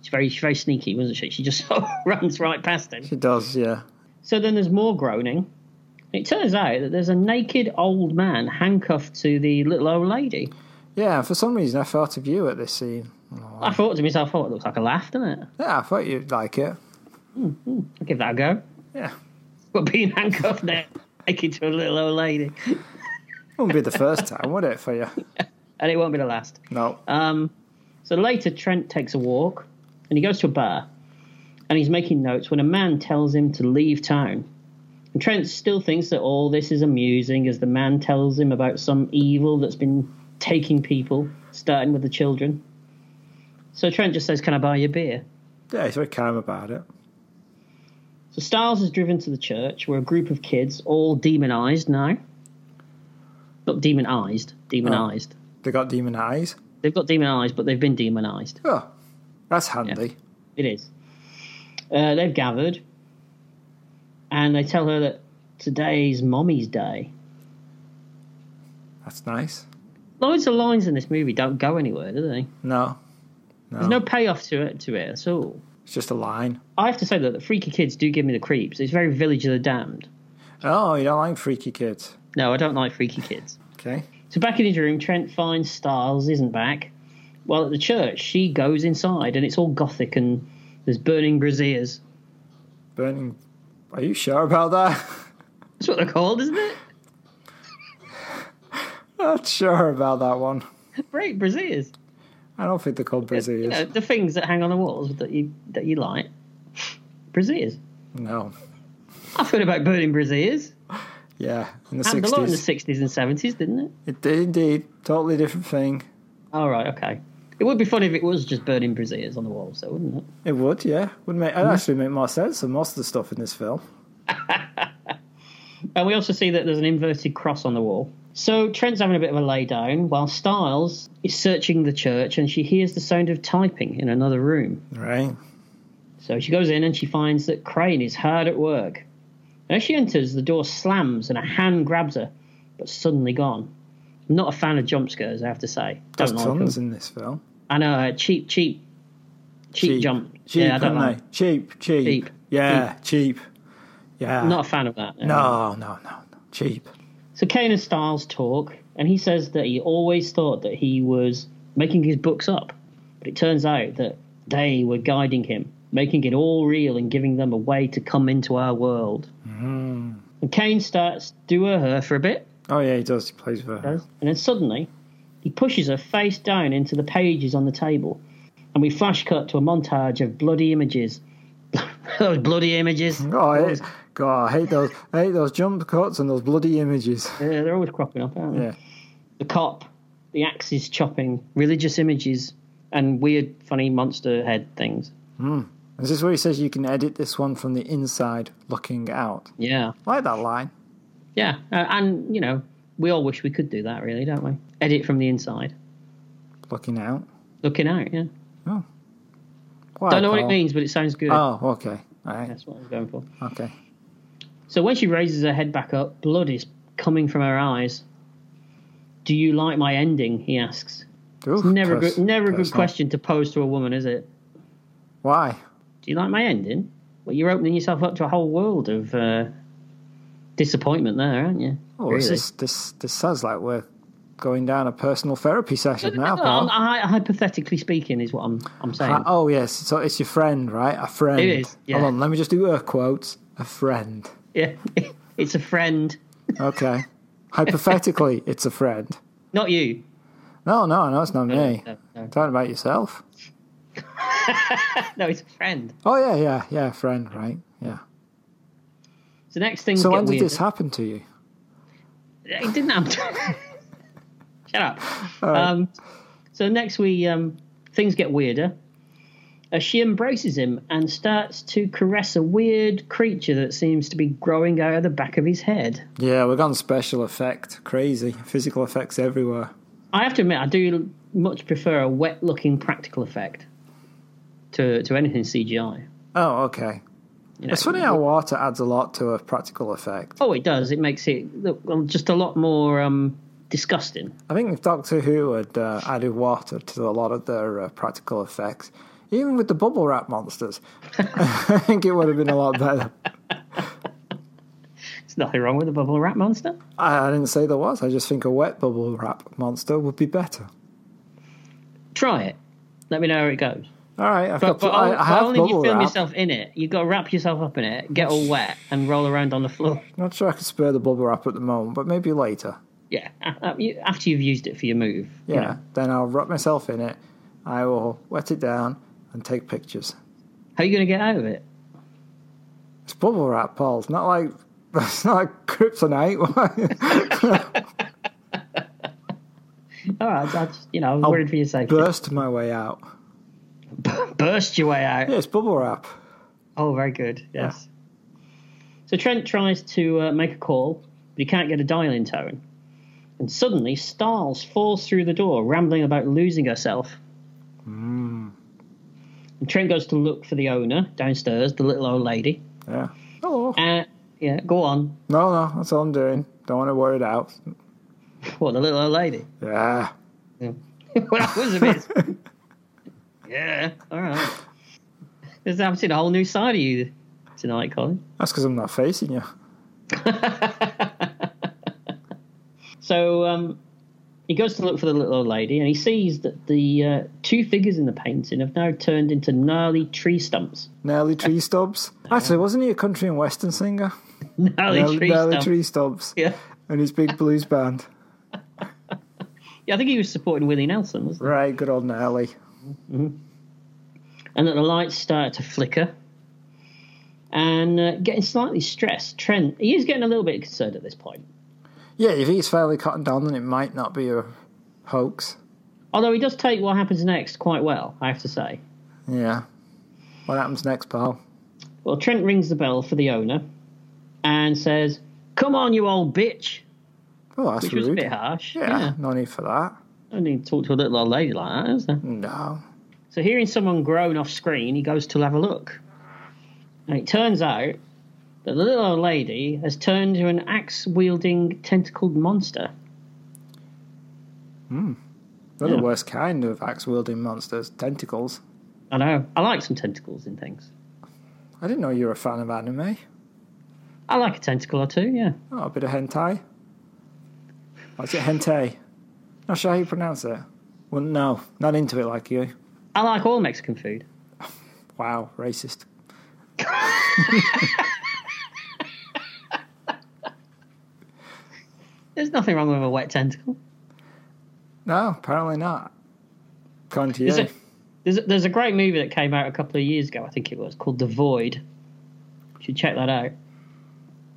A: She's very, she's very sneaky, wasn't she? She just sort of runs right past him.
B: does, yeah.
A: So then there's more groaning. It turns out that there's a naked old man handcuffed to the little old lady.
B: Yeah, for some reason I thought of you at this scene.
A: I thought to myself, oh, it looks like a laugh, doesn't it?
B: Yeah, I thought you'd like it.
A: I'll give that a go.
B: Yeah.
A: But being handcuffed there, naked to a little old lady.
B: Wouldn't be the first time, would it, for you?
A: and it won't be the last.
B: No.
A: Uh, So later, Trent takes a walk and he goes to a bar and he's making notes when a man tells him to leave town. And Trent still thinks that all this is amusing as the man tells him about some evil that's been taking people, starting with the children. So Trent just says, Can I buy you a beer?
B: yeah, he's very calm about it.
A: So Styles is driven to the church where a group of kids, all demonized now, not demonized, demonized.
B: They got demon eyes.
A: They've got demonized, but they've been demonized.
B: Oh, that's handy.
A: It is. Uh, they've gathered, and they tell her that today's mommy's day.
B: That's nice.
A: Loads of lines in this movie don't go anywhere, do they?
B: No,
A: There's no payoff to it to it at all.
B: it's just a line.
A: I have to say that the freaky kids do give me the creeps. It's very Village of the Damned.
B: Oh, you don't like freaky kids.
A: No, I don't like freaky kids.
B: Okay.
A: So back in his room, Trent finds Styles isn't back. While at the church, she goes inside, and it's all gothic and there's burning braziers.
B: Burning. Are you sure about that?
A: That's what they're called, isn't it?
B: Not sure about that one.
A: Great braziers.
B: I don't think they're called
A: you know,
B: braziers.
A: the things that hang on the walls that you that you like. Braziers.
B: No.
A: I've heard about burning braziers.
B: Yeah, in the
A: Happened a lot in the
B: 60s.
A: 60s and 70s, didn't it?
B: It did indeed. Totally different thing.
A: All right, okay. It would be funny if it was just burning braziers on the walls, though, wouldn't it?
B: It would, yeah. Would make
A: Mm-hmm.
B: it'd actually make more sense than most of the stuff in this film.
A: And we also see that there's an inverted cross on the wall. So Trent's having a bit of a lay down while Styles is searching the church and she hears the sound of typing in another room.
B: Right.
A: So she goes in and she finds that Crane is hard at work. And as she enters, the door slams and a hand grabs her, but suddenly gone. I'm not a fan of jump scares, I have to say.
B: There's
A: Don't like 'em.
B: tons in this film.
A: I know, uh, cheap, cheap, cheap, jump.
B: Cheap,
A: yeah, I don't
B: aren't
A: like. 'em.
B: they? Cheap, cheap.
A: Cheap.
B: Yeah, cheap. Yeah.
A: I'm not a fan of that.
B: no, no, no, no. Cheap.
A: So Kane and Styles talk, and he says that he always thought that he was making his books up, but it turns out that they were guiding him, making it all real and giving them a way to come into our world. And Kane starts do her her for a bit,
B: Oh yeah, he does. He plays for her.
A: and then suddenly he pushes her face down into the pages on the table, and we flash cut to a montage of bloody images. Those bloody images.
B: Oh, I hate, God, I hate those. I hate those jump cuts and those bloody images.
A: Yeah, Uh, they're always cropping up, aren't they?
B: Yeah.
A: The cop, the axes chopping, religious images, and weird, funny monster head things.
B: Is this where he says you can edit this one from the inside looking out?
A: Yeah,
B: Like that line.
A: yeah, uh, and you know, we all wish we could do that, really, don't we? Edit from the inside,
B: Looking out. Oh.
A: looking out. Yeah,
B: Why,
A: don't know what it
B: Paul?
A: means, but it sounds good.
B: Oh, okay. All right.
A: That's what I was going for.
B: Okay.
A: So when she raises her head back up, blood is coming from her eyes. Do you like my ending? He asks.
B: Oof,
A: Never, a
B: pers-
A: good, never a good
B: personal.
A: question to pose to a woman, is it?
B: Why?
A: do you like my ending? Well, you're opening yourself up to a whole world of uh, disappointment there, aren't you?
B: Oh,
A: Really?
B: is this this this sounds like we're going down a personal therapy session
A: No,
B: now,
A: I'm-
B: Paul.
A: I, hypothetically speaking, is what I'm, I'm saying.
B: Uh, oh yes, so it's your friend, right? A friend.
A: It is, yeah.
B: Hold on, let me just do air quotes. A friend.
A: yeah, it's a friend,
B: Okay. Hypothetically, it's a friend.
A: not you.
B: No, no, no, it's not me.
A: no, no.
B: Talking about yourself.
A: No, it's a friend.
B: Oh yeah, yeah, yeah, friend, right? Yeah.
A: So next thing.
B: So
A: get
B: when did
A: weird.
B: this happen to you?
A: It didn't happen. Shut up. Um, so next we um, things get weirder. As she embraces him and starts to caress a weird creature that seems to be growing out of the back of his head.
B: Yeah, we're gone special effect. Crazy. Physical effects everywhere.
A: I have to admit, I do much prefer a wet-looking practical effect to to anything CGI.
B: Oh, okay.
A: You know?
B: It's funny how water adds a lot to a practical effect.
A: Oh, it does. It makes it look well, just a lot more um, disgusting.
B: I think if Doctor Who had uh, added water to a lot of their uh, practical effects, even with the bubble wrap monsters, I think it would have been a lot better.
A: There's nothing wrong with a bubble wrap monster.
B: I, I didn't say there was. I just think a wet bubble wrap monster would be better.
A: Try it. Let me know how it goes.
B: All right, I've
A: But,
B: got.
A: but,
B: I,
A: on-
B: I
A: but
B: have
A: only if you
B: bubble
A: film
B: wrap.
A: yourself in it. You've got to wrap yourself up in it, get all wet, and roll around on the floor.
B: Not sure I could spare the bubble wrap at the moment, but maybe later.
A: Yeah, a- a- you- after you've used it for your move. you
B: Yeah.
A: know.
B: Then I'll wrap myself in it. I will wet it down and take pictures.
A: How are you going to get out of it?
B: It's bubble wrap, Paul. It's not like it's not like kryptonite.
A: All right, I just, you know, I'm worried for your safety.
B: Burst my way out.
A: Burst your way out.
B: Yeah, it's bubble wrap.
A: Oh, very good. Yes. So Trent tries to uh, make a call, but he can't get a dial in tone. And suddenly, Styles falls through the door, rambling about losing herself. Hmm. And Trent goes to look for the owner downstairs, the little old lady.
B: Yeah. Hello.
A: Uh, yeah, go on.
B: No, no, that's all I'm doing. Don't want to wear it out.
A: What, the little old lady?
B: Yeah.
A: well, that was a bit. yeah, all right. There's I've seen a whole new side of you tonight, Colin.
B: That's because I'm not facing you.
A: So um, he goes to look for the little old lady, and he sees that the uh, two figures in the painting have now turned into gnarly tree stumps.
B: Nelly Tree Stubbs. Actually, wasn't he a country and western singer?
A: Gnarly
B: Nelly,
A: tree
B: Nelly
A: stumps.
B: Tree Stubbs.
A: Yeah.
B: And his big blues band.
A: yeah, I think he was supporting Willie Nelson, wasn't
B: Right, good old Nelly.
A: he? And that the lights start to flicker, and uh, getting slightly stressed. Trent, he is getting a little bit concerned at this point.
B: Yeah, if he's fairly cottoned on, then it might not be a hoax.
A: Although he does take what happens next quite well, I have to say.
B: Yeah. What happens next, pal?
A: Well, Trent rings the bell for the owner and says, Come on, you old bitch.
B: Oh, that's
A: Which
B: rude.
A: was a bit harsh.
B: yeah, no need for that.
A: I need to talk to a little old lady like that, is there?
B: Mm. No.
A: So, hearing someone groan off screen, he goes to have a look. And it turns out that the little old lady has turned into an axe wielding tentacled monster.
B: They're
A: Yeah.
B: the worst kind of axe wielding monsters, tentacles.
A: I know. I like some tentacles in things.
B: I didn't know you were a fan of anime.
A: I like a tentacle or two, yeah.
B: Oh, a bit of hentai. What's it, hentai? Not sure how you pronounce it. Well, no, not into it like you.
A: I like all Mexican food.
B: Wow, racist.
A: There's nothing wrong with a wet tentacle.
B: No, apparently not. Gone to
A: There's,
B: you.
A: a, there's, a, there's a great movie that came out a couple of years ago, I think it was, called The Void. You should check that out.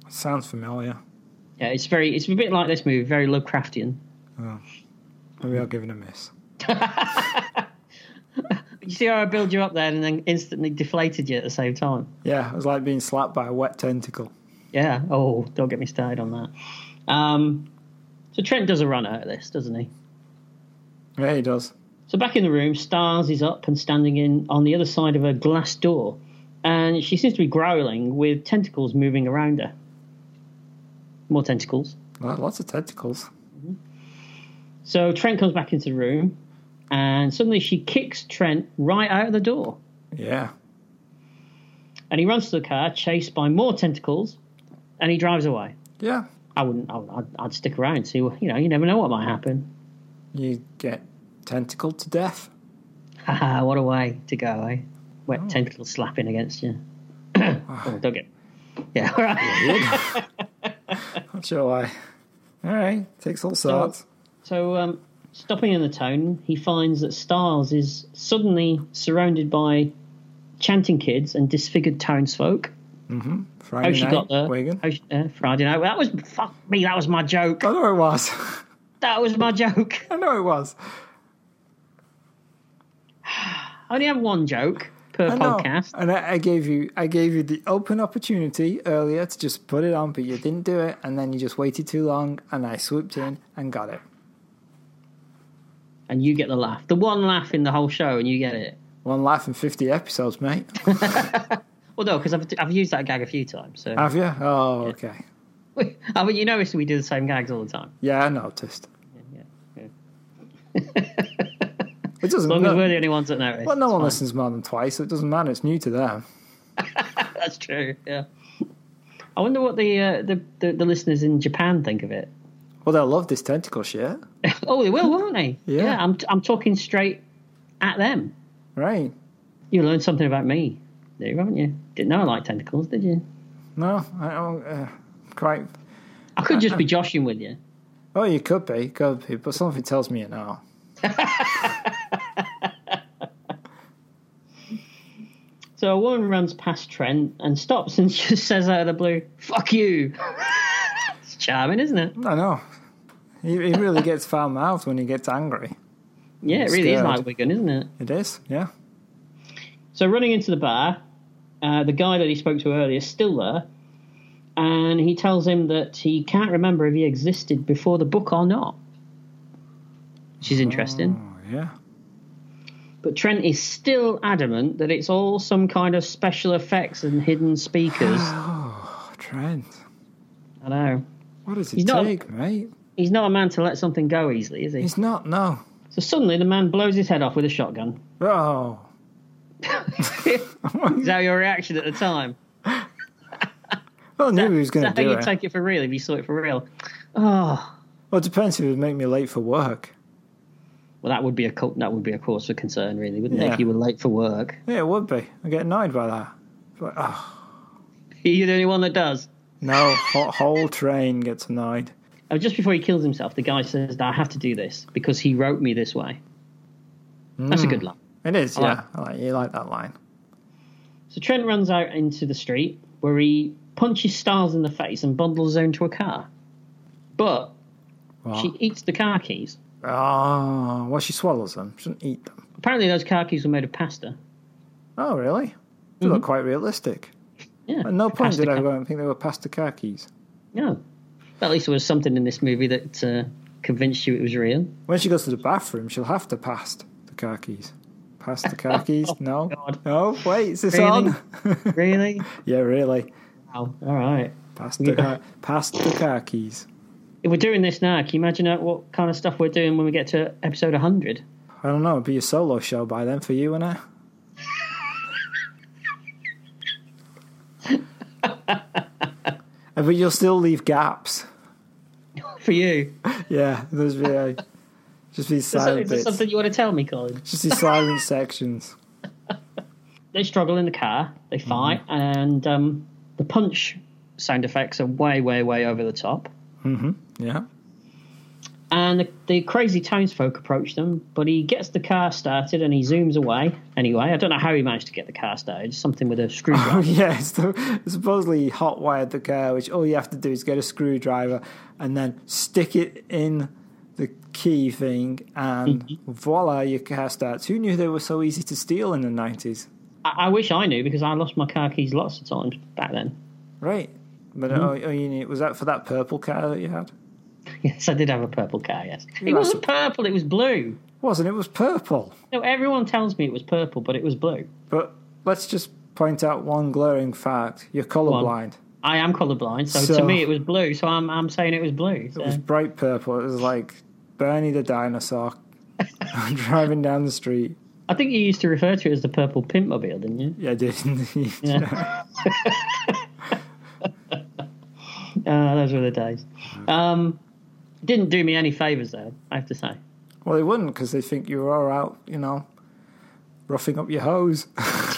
B: Sounds familiar.
A: Yeah, it's very, it's a bit like this movie, very Lovecraftian.
B: Maybe I'll give it a miss.
A: You see how I build you up there and then instantly deflated you at the same time?
B: Yeah, it was like being slapped by a wet tentacle.
A: Yeah. Oh, don't get me started on that. Um, so Trent does a run out of this, doesn't he?
B: Yeah, he does.
A: So back in the room, Stars is up and standing in on the other side of a glass door, and she seems to be growling with tentacles moving around her. More tentacles.
B: Lo- Lots of tentacles.
A: So Trent comes back into the room, and suddenly she kicks Trent right out of the door,
B: Yeah.
A: and he runs to the car, chased by more tentacles, and he drives away.
B: Yeah.
A: I wouldn't. I would, I'd, I'd stick around. See, what- you know, you never know what might happen.
B: You get tentacled to death.
A: Haha, Uh, what a way to go, eh?
B: Oh.
A: Wet tentacle slapping against you. oh, don't get. Yeah, all right.
B: Not sure why. All right, takes all sorts.
A: So, um, stopping in the town, he finds that Styles is suddenly surrounded by chanting kids and disfigured townsfolk. How
B: Friday
A: she
B: night,
A: got there?
B: Wigan.
A: How she, uh, Friday night. That was fuck me. That was my joke.
B: I know it was.
A: That was my joke.
B: I know it was.
A: I only have one joke per
B: I know.
A: podcast.
B: And I, I gave you, I gave you the open opportunity earlier to just put it on, but you didn't do it, and then you just waited too long, and I swooped in and got it.
A: And you get the laugh. The one laugh in the whole show, and you get it.
B: One laugh in fifty episodes, mate.
A: Well, no, because I've, I've used that gag a few times. So,
B: Have you? Oh, okay.
A: I mean, you notice we do the same gags all the time.
B: Yeah, I noticed.
A: Yeah, yeah.
B: It doesn't.
A: As long as we're
B: No,
A: the only ones that notice.
B: well, no
A: it's
B: one
A: fine.
B: listens more than twice, so it doesn't matter. It's new to them.
A: That's true. Yeah. I wonder what the, uh, the the the listeners in Japan think of it.
B: Well, they'll love this tentacle shit,
A: Oh, they will, won't they?
B: Yeah.
A: I'm I'm talking straight at them.
B: right?
A: You learned something about me, there, haven't you? Didn't know I liked tentacles, did you?
B: No, I don't uh, quite.
A: I could just be joshing with you.
B: Oh, you could be, could be, but something tells me you know.
A: So a woman runs past Trent and stops and just says out of the blue, "Fuck you." it's charming, isn't it?
B: I know. He, he really gets foul mouthed when he gets angry.
A: Yeah, it
B: I'm
A: really is
B: scared.
A: like Wigan, isn't it?
B: It is, yeah.
A: So running into the bar, uh, the guy that he spoke to earlier is still there, and he tells him that he can't remember if he existed before the book or not, which is interesting.
B: Oh, yeah.
A: But Trent is still adamant that it's all some kind of special effects and hidden speakers.
B: Oh, Trent.
A: I know.
B: What does it
A: He's not-
B: take, mate?
A: He's not a man to let something go easily, is he?
B: He's not, no.
A: So suddenly the man blows his head off with a shotgun.
B: Oh.
A: Is that your reaction at the time?
B: Well, I knew he was
A: Is
B: going
A: that
B: to
A: how
B: do
A: you
B: it.
A: take it for real if you saw it for real? Oh,
B: well, it depends if it would make me late for work.
A: well, that would be a co- that would be a cause for concern, really, wouldn't it?
B: Yeah.
A: If you were late for work.
B: Yeah, it would be. I get annoyed by that. It's like, oh.
A: Are you the only one that does?
B: No, whole, whole train gets annoyed.
A: Oh, just before he kills himself, the guy says, "I have to do this because he wrote me this way." That's a
B: Hmm.
A: good line.
B: It is,
A: I like-
B: yeah. I like, you like that line.
A: So Trent runs out into the street where he punches Styles in the face and bundles her into a car. But she eats the car keys.
B: Oh, well, she swallows them. She doesn't eat them.
A: Apparently, those car keys were made of pasta.
B: Oh, really? They
A: Mm-hmm.
B: look quite realistic.
A: Yeah.
B: At no point
A: Pasta
B: did I
A: car-
B: go and think they were pasta car keys.
A: No. But at least there was something in this movie that uh, convinced you it was real.
B: When she goes to the bathroom, she'll have to pass the car keys. Pass the car keys? No.
A: Oh, God.
B: No, wait, is this
A: Really?
B: on?
A: Really?
B: Yeah, really.
A: wow. All right.
B: Pass the, car, pass the car keys.
A: If we're doing this now, can you imagine uh, what kind of stuff we're doing when we get to episode 100?
B: I don't know, it'd be a solo show by then for you and I. Uh, but you'll still leave gaps.
A: For you.
B: Yeah, there's be uh, just these
A: Is there,
B: silent
A: is there
B: bits,
A: something you want to tell me, Colin?
B: just these silent sections.
A: They struggle in the car, they fight, and um, the punch sound effects are way, way, way over the top.
B: Yeah,
A: And the, the crazy townsfolk approach them, but he gets the car started and he zooms away anyway. I don't know how he managed to get the car started, something with a screwdriver.
B: yeah. It's the, supposedly he hot wired the car, which all you have to do is get a screwdriver and then stick it in the key thing, and voila, your car starts. Who knew they were so easy to steal in the nineties?
A: I, I wish I knew because I lost my car keys lots of times back then.
B: Right. But oh, oh, you need, was that for that purple car that you had?
A: Yes, I did have a purple car, yes. It
B: You must
A: wasn't purple, it was blue.
B: Wasn't it? It was purple.
A: No, everyone tells me it was purple, but it was blue.
B: But let's just point out one glaring fact: you're colorblind.
A: I am colourblind, so,
B: So-
A: to me it was blue, so I'm, I'm saying it was blue. So.
B: It was bright purple. It was like Bernie the dinosaur driving down the street.
A: I think you used to refer to it as the purple pimp mobile, didn't you?
B: Yeah, didn't he?
A: Yeah. Uh, those were the days. Um, didn't do me any favours, though, I have to say.
B: Well, they wouldn't because they think you were all out, you know, roughing up your hose.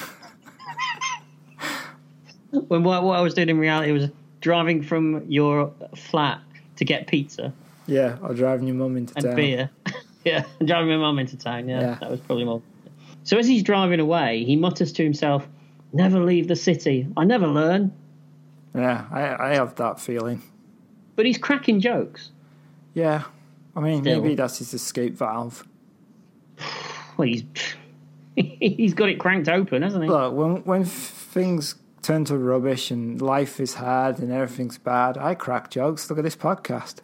A: When what, what I was doing in reality was driving from your flat to get pizza
B: yeah, or driving your mum into
A: and
B: town.
A: beer. yeah, and driving my mum into town. Yeah,
B: Yeah.
A: that was probably more. So as he's driving away, he mutters to himself, "Never leave the city. I never learn."
B: Yeah, I, I have that feeling.
A: But he's cracking jokes.
B: Yeah, I mean,
A: Still.
B: maybe that's his escape valve.
A: Well, he's he's got it cranked open, hasn't he?
B: Look, when when things turn to rubbish and life is hard and everything's bad, I crack jokes. Look at this podcast.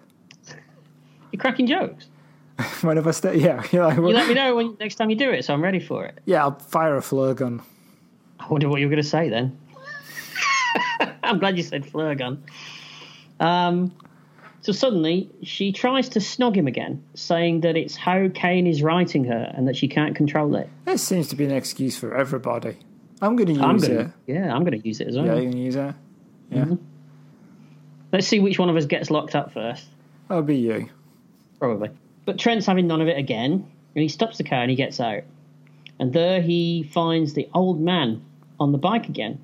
A: You're cracking jokes.
B: Whenever I stay, yeah, you're like,
A: You let me know when next time you do it, so I'm ready for it.
B: yeah, I'll fire a flare gun.
A: I wonder what you were going to say then. I'm glad you said flare gun. Um, so suddenly she tries to snog him again, saying that it's how Kane is writing her and that she can't control it.
B: This seems to be an excuse for everybody. I'm going to use
A: I'm
B: it.
A: gonna, yeah, I'm gonna use it as well.
B: Yeah, you can use it. Yeah,
A: Let's see which one of us gets locked up first,
B: that'll be you.
A: probably. But Trent's having none of it again, and he stops the car and he gets out. And there he finds the old man on the bike again,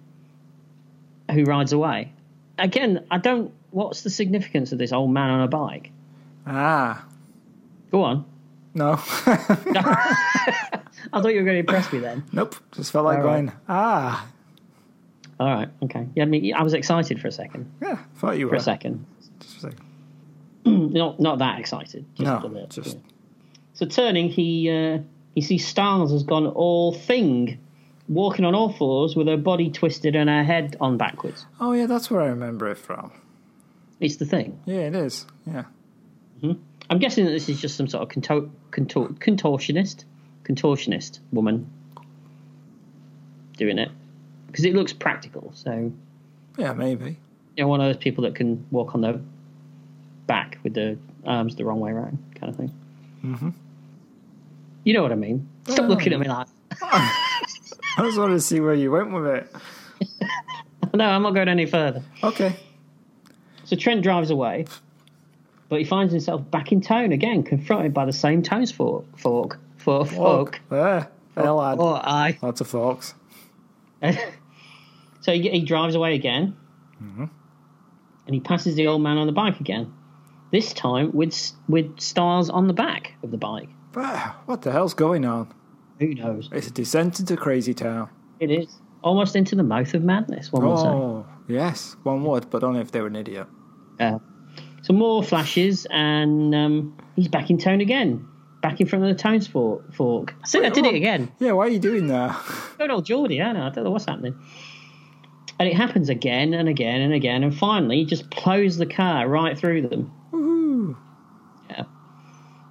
A: who rides away. Again, I don't. What's the significance of this old man on a bike?
B: Ah,
A: Go on.
B: no,
A: I thought you were going to impress me then.
B: nope. Just felt like
A: All right.
B: going. Ah,
A: All right, okay. Yeah, I mean, I was excited for a second.
B: yeah, thought you
A: For
B: were.
A: a second,
B: Just for a second.
A: not not that excited. Just a
B: No,
A: bit,
B: just
A: yeah. So turning, he uh, he sees Styles has gone all thing, walking on all fours with her body twisted and her head on backwards.
B: oh yeah, that's where I remember it from.
A: It's the thing.
B: Yeah, it is. Yeah,
A: I'm guessing that this is just some sort of contor- contor- contortionist, contortionist woman doing it because it looks practical. So
B: yeah, maybe.
A: you know, one of those people that can walk on their back with their arms the wrong way around, kind of thing. Mm-hmm. Oh. You know what I mean? Stop looking at me like.
B: I just wanted to see where you went with it.
A: No, I'm not going any further.
B: Okay.
A: So Trent drives away, but he finds himself back in town again, confronted by the same townsfolk. Fork, for fork,
B: Yeah. Hell, I'd-
A: or I.
B: Lots of forks.
A: So he, he drives away again, and he passes the old man on the bike again. This time with with stars on the back of the bike.
B: But what the hell's going on?
A: Who knows?
B: It's a descent into crazy town.
A: It is. almost into the mouth of madness, one would say.
B: Oh, yes, one would, but only if they were an idiot.
A: Uh, some more flashes, and um, he's back in town again, back in front of the town's for- fork. I think I did it again.
B: Yeah, why are you doing that?
A: Good old Geordie, I know. I don't know what's happening. And it happens again and again and again, and finally he just plows the car right through them. Yeah.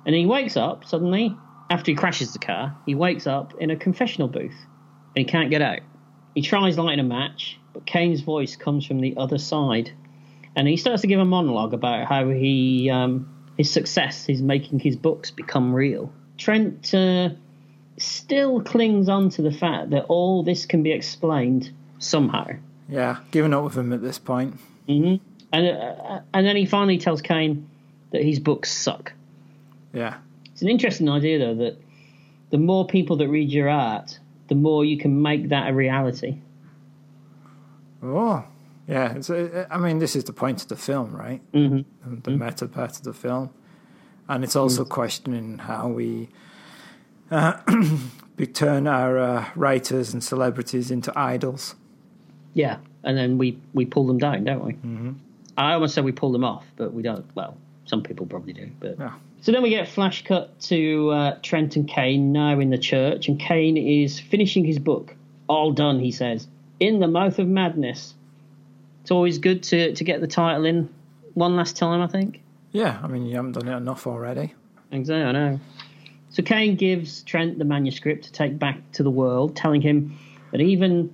A: And he wakes up suddenly after he crashes the car. He wakes up in a confessional booth, and he can't get out. He tries lighting a match, but Kane's voice comes from the other side, and he starts to give a monologue about how he um, his success is making his books become real. Trent. Uh, still clings on to the fact that all this can be explained somehow.
B: Yeah, giving up with him at this point.
A: And uh, and then he finally tells Kane that his books suck.
B: Yeah,
A: It's an interesting idea though that the more people that read your art, the more you can make that a reality.
B: Oh, yeah. It's a, I mean, this is the point of the film, right? Mm-hmm. The meta part of the film, and it's also questioning how we uh, we turn our uh, writers and celebrities into idols.
A: Yeah, and then we we pull them down, don't we? Mm-hmm. I almost said we pull them off, but we don't. Well, some people probably do, but.
B: Yeah.
A: So then we get flash cut to uh, Trent and Kane now in the church, and Kane is finishing his book. All done, he says. In the mouth of madness. It's always good to, to get the title in one last time, I think.
B: Yeah, I mean, you haven't done it enough already.
A: Exactly, I know. So Kane gives Trent the manuscript to take back to the world, telling him that even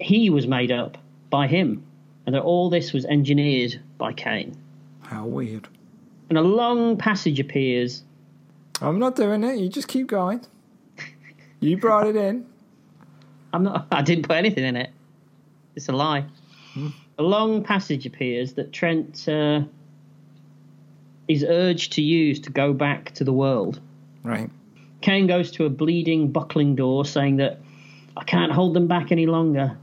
A: he was made up by him, and that all this was engineered by Kane.
B: How weird.
A: And a long passage appears.
B: I'm not doing it. You just keep going. You brought it in.
A: I'm not. I didn't put anything in it. It's a lie. A long passage appears that Trent uh, is urged to use to go back to the world.
B: Right.
A: Kane goes to a bleeding, buckling door, saying that I can't hold them back any longer.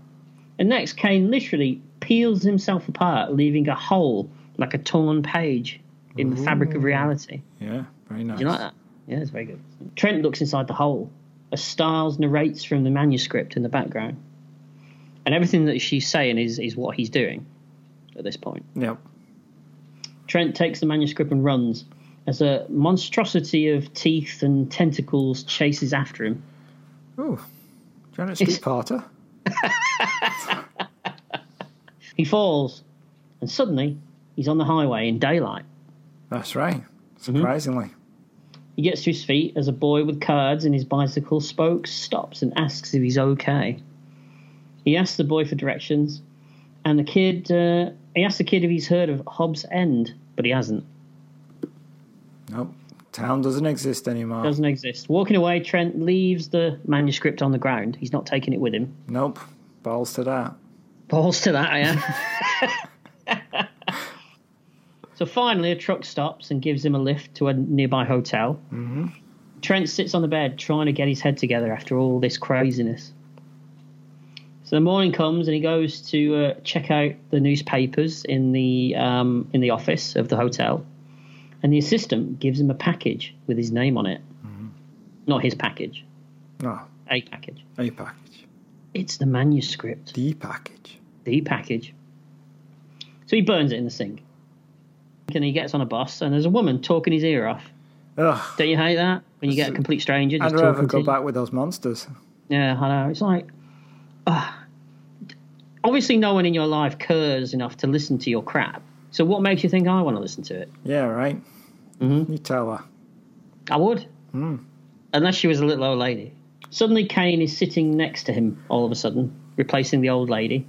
A: And next, Kane literally peels himself apart, leaving a hole like a torn page in the fabric of reality.
B: Yeah, very nice.
A: Do you like that? Yeah, it's very good. Trent looks inside the hole as Stiles narrates from the manuscript in the background. And everything that she's saying is, is what he's doing at this point.
B: Yep.
A: Trent takes the manuscript and runs as a monstrosity of teeth and tentacles chases after him.
B: Ooh. Janet Street Parter.
A: He falls, and suddenly he's on the highway in daylight.
B: That's right. Surprisingly.
A: He gets to his feet as a boy with cards in his bicycle spokes, stops, and asks if he's okay. He asks the boy for directions, and the kid uh, he asks the kid if he's heard of Hobbs End, but he hasn't.
B: Nope. Town doesn't exist anymore.
A: Doesn't exist. Walking away, Trent leaves the manuscript on the ground. He's not taking it with him.
B: Nope. Balls to that.
A: Balls to that, yeah. so finally, a truck stops and gives him a lift to a nearby hotel. Mm-hmm. Trent sits on the bed trying to get his head together after all this craziness. So the morning comes and he goes to uh, check out the newspapers in the um, in the office of the hotel, and the assistant gives him a package with his name on it. Not his package,
B: No.
A: a package.
B: A package.
A: It's the manuscript.
B: The package.
A: the package. So he burns it in the sink. And he gets on a bus, and there's a woman talking his ear off.
B: Ugh.
A: Don't you hate that? When you get a complete stranger
B: I'd
A: just
B: rather
A: talking to
B: go
A: you.
B: back with those monsters.
A: Yeah, I know. It's like, ah. obviously, no one in your life cares enough to listen to your crap. So what makes you think I want to listen to it?
B: Yeah, right.
A: Mm-hmm.
B: You tell her.
A: I would, unless she was a little old lady. Suddenly, Kane is sitting next to him. All of a sudden, replacing the old lady,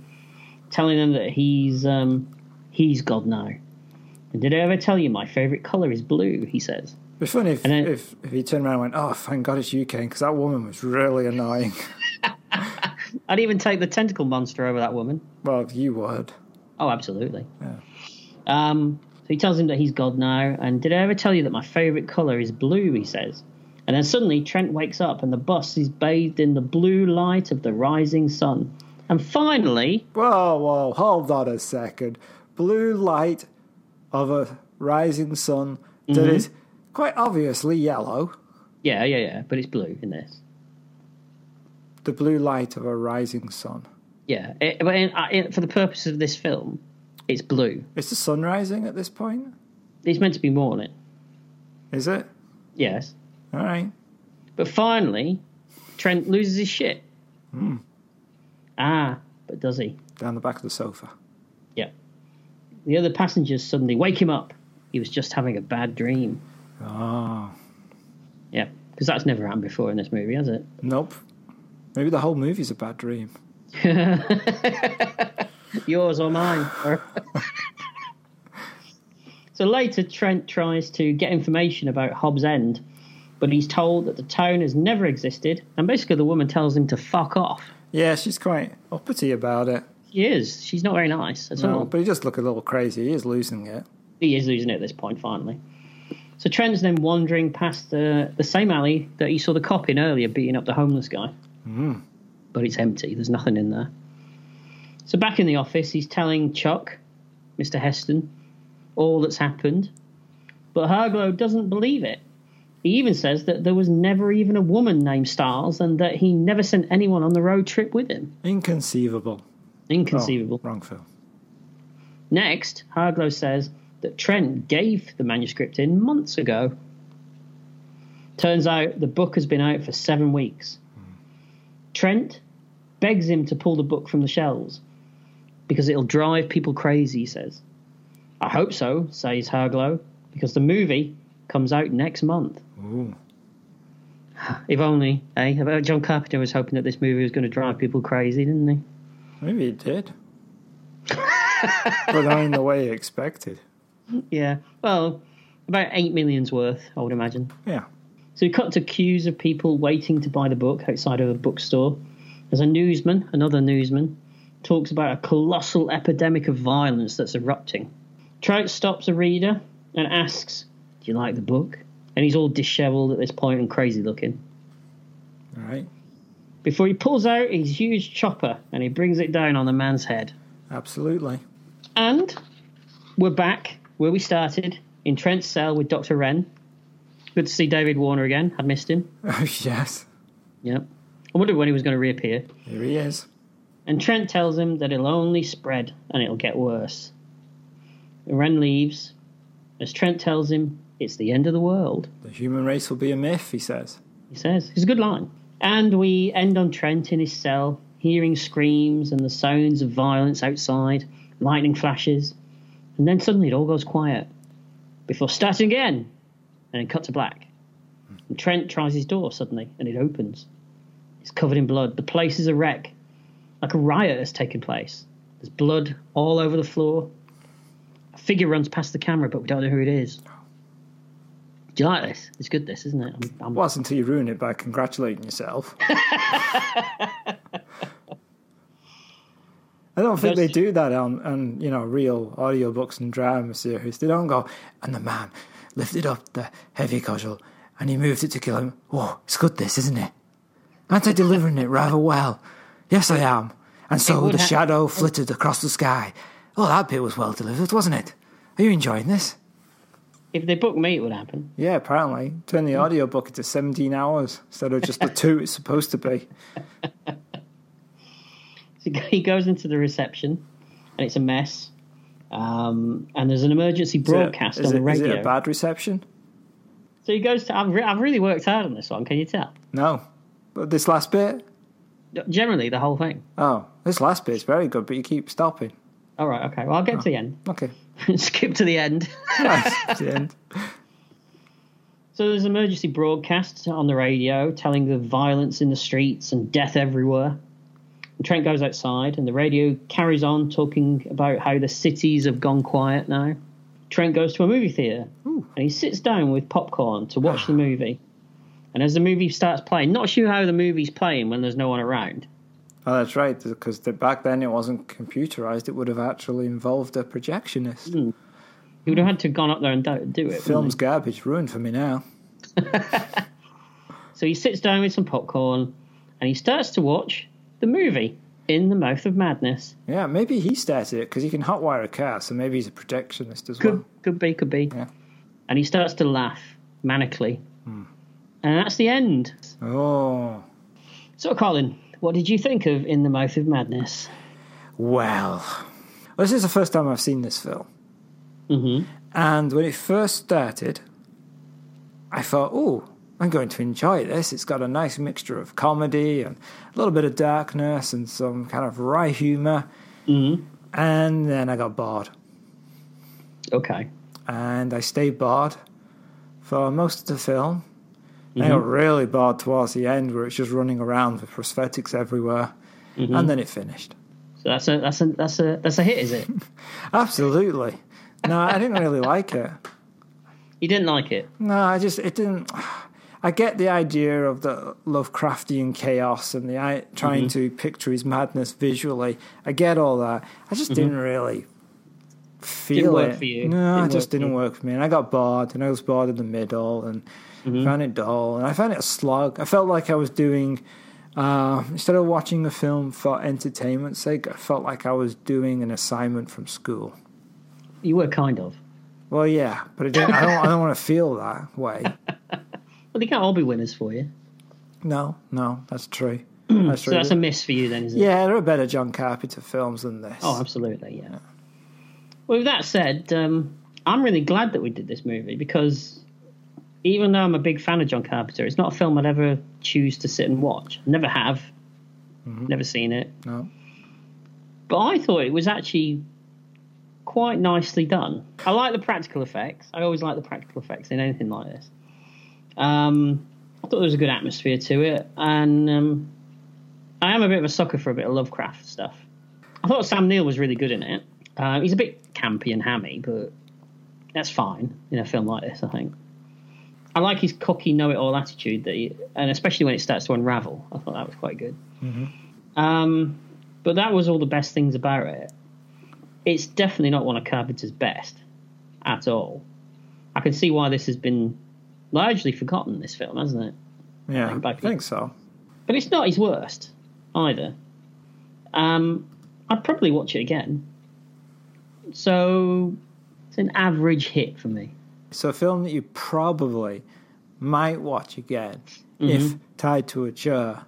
A: telling them that he's um, he's God now. And did I ever tell you my favorite color is blue? He says.
B: It'd be funny if,
A: And then-
B: if, if he turned around and went, oh, thank God it's you, Kane, because that woman was really annoying.
A: I'd even take the tentacle monster over that woman.
B: well, you would.
A: Oh, absolutely. Um, so he tells him that he's God now. And did I ever tell you that my favorite color is blue? He says. And then suddenly Trent wakes up and the bus is bathed in the blue light of the rising sun. And finally,
B: Whoa, whoa, hold on a second. Blue light of a rising sun that
A: Mm-hmm.
B: is quite obviously yellow.
A: yeah, yeah, yeah, but it's blue in this.
B: the blue light of a rising sun.
A: Yeah, it, but in, uh, in, for the purpose of this film, it's blue.
B: Is the sun rising at this point?
A: It's meant to be morning.
B: Is it?
A: Yes,
B: All right.
A: but finally, Trent loses his shit. Ah, but does he?
B: Down the back of the sofa.
A: Yeah. The other passengers suddenly wake him up. He was just having a bad dream.
B: Oh.
A: Yeah, because that's never happened before in this movie, has it?
B: Nope. Maybe the whole movie's a bad dream.
A: Yours or mine. so later, Trent tries to get information about Hobbs End, but he's told that the town has never existed, and basically the woman tells him to fuck off.
B: Yeah, she's quite uppity about it.
A: She is. She's not very nice at
B: No,
A: all.
B: but he does look a little crazy. He is losing it.
A: he is losing it at this point finally. So Trent's then wandering past the, the same alley that he saw the cop in earlier beating up the homeless guy. Mm. But it's empty, there's nothing in there. So back in the office, he's telling Chuck, Mr. Heston, all that's happened. But Harglow doesn't believe it. He even says that there was never even a woman named Stiles and that he never sent anyone on the road trip with him.
B: Inconceivable. Oh,
A: Inconceivable.
B: wrong film.
A: Next, Harglow says that Trent gave the manuscript in months ago. Turns out the book has been out for seven weeks. Trent begs him to pull the book from the shelves because it'll drive people crazy, he says. I hope so, says Harglow, because the movie comes out next month. If only, eh? About John Carpenter was hoping that this movie was going to drive people crazy, didn't he?
B: Maybe it did. but not in the way he expected.
A: Yeah. Well, about eight million's worth, I would imagine.
B: Yeah.
A: So we cut to queues of people waiting to buy the book outside of a bookstore. As a newsman, another newsman, talks about a colossal epidemic of violence that's erupting. Trout stops a reader and asks, Do you like the book? And he's all dishevelled at this point and crazy looking.
B: All right.
A: Before he pulls out his huge chopper and he brings it down on the man's head.
B: Absolutely.
A: And we're back where we started in Trent's cell with Dr. Wren. Good to see David Warner again. I'd missed him.
B: Oh, yes.
A: Yep. I wondered when he was going to reappear.
B: Here he is.
A: And Trent tells him that it'll only spread and it'll get worse. Wren leaves. As Trent tells him, it's the end of the world,
B: The human race will be a myth, he says.
A: he says. It's a good line. And we end on Trent in his cell, hearing screams and the sounds of violence outside, lightning flashes. And then suddenly it all goes quiet before starting again and then cut to black. And Trent tries his door suddenly and it opens. It's covered in blood. The place is a wreck, like a riot has taken place. There's blood all over the floor. A figure runs past the camera, but we don't know who it is. Do you like this? It's good, this, isn't it? I'm, I'm,
B: Wasn't until you ruin it by congratulating yourself. I don't think they do that on, on you know real audiobooks and drama series. They don't go and the man lifted up the heavy cudgel and he moved it to kill him. Whoa, it's good this, isn't it? Aren't I delivering it rather well? Yes, I am. And so
A: would
B: the
A: ha-
B: shadow flitted across the sky. Oh, that bit was well delivered, wasn't it? Are you enjoying this?
A: if they book me, it would happen.
B: Yeah, apparently. Turn the audiobook into 17 hours instead of just the two it's supposed to be.
A: So he goes into the reception, and it's a mess. Um, and there's an emergency
B: Is it-
A: broadcast
B: is
A: on the
B: it- is
A: radio.
B: it a bad reception?
A: so he goes to. I've, re- I've really worked hard on this one. Can you tell?
B: No. But this last bit?
A: Generally, the whole thing.
B: Oh, this last bit's very good, but you keep stopping.
A: All right. Okay. Well, I'll get to the end.
B: Okay.
A: Skip to the end.
B: That's the end.
A: So there's an emergency broadcast on the radio telling the violence in the streets and death everywhere. And Trent goes outside, and the radio carries on talking about how the cities have gone quiet now. Trent goes to a movie theater and he sits down with popcorn to watch the movie. And as the movie starts playing, not sure how the movie's playing when there's no one around.
B: Oh, that's right, because the, back then it wasn't computerized. It would have actually involved a projectionist.
A: Hmm. He would have had to have gone up there and do, do it. wouldn't
B: Film's garbage, ruined for me now.
A: he? So he sits down with some popcorn and he starts to watch the movie, In the Mouth of Madness.
B: Yeah, maybe he started it because he can hotwire a car, so maybe he's a projectionist as
A: could
B: well.
A: could be, could be.
B: Yeah. Hmm.
A: And he starts to laugh manically, and that's the end.
B: Oh,
A: So, Colin, What did you think of In the Mouth of Madness?
B: Well, this is the first time I've seen this film.
A: Mm-hmm.
B: And when it first started, I thought, oh, I'm going to enjoy this. It's got a nice mixture of comedy and a little bit of darkness and some kind of wry humor.
A: Mm-hmm.
B: And then I got bored.
A: Okay.
B: And I stayed bored for most of the film. I
A: Mm-hmm.
B: got really bored towards the end where it's just running around with prosthetics everywhere.
A: Mm-hmm.
B: And then it finished.
A: So that's a that's a that's a that's a hit, is it?
B: Absolutely. No, I didn't really like it.
A: You didn't like it.
B: No, I just it didn't. I get the idea of the Lovecraftian chaos and the i- trying
A: Mm-hmm.
B: to picture his madness visually. I get all that. I just didn't really feel
A: Didn't Mm-hmm. work
B: it.
A: for you.
B: No,
A: Didn't
B: it just
A: work for
B: didn't work for me. And I got bored, and I was bored in the middle, and
A: Mm-hmm.
B: found it dull, and I found it a slog. I felt like I was doing. Uh, instead of watching a film for entertainment's sake, I felt like I was doing an assignment from school.
A: You were kind of.
B: Well, yeah, but I don't. I don't, I don't want to feel that way.
A: Well, they can't all be winners for you.
B: No, no, that's true. That's
A: So
B: true.
A: that's a miss for you, then, is it?
B: yeah, there are better John Carpenter films than this.
A: Oh, absolutely, yeah. Well, with that said, um, I'm really glad that we did this movie because even though I'm a big fan of John Carpenter, it's not a film I'd ever choose to sit and watch. Never have.
B: Mm-hmm.
A: Never seen it.
B: No.
A: But I thought it was actually quite nicely done. I like the practical effects. I always like the practical effects in anything like this. Um, I thought there was a good atmosphere to it, and um, I am a bit of a sucker for a bit of Lovecraft stuff. I thought Sam Neill was really good in it. Uh, he's a bit campy and hammy, but that's fine in a film like this. I think I like his cocky know-it-all attitude that, he, and especially when it starts to unravel, I thought that was quite good. Um, but that was all the best things about it. It's definitely not one of Carpenter's best at all. I can see why this has been largely forgotten. This film, hasn't it?
B: yeah, I
A: back
B: think so.
A: But it's not his worst either. Um, I'd probably watch it again. So it's an average hit for me.
B: So, a film that you probably might watch again
A: Mm-hmm.
B: if tied to a chair.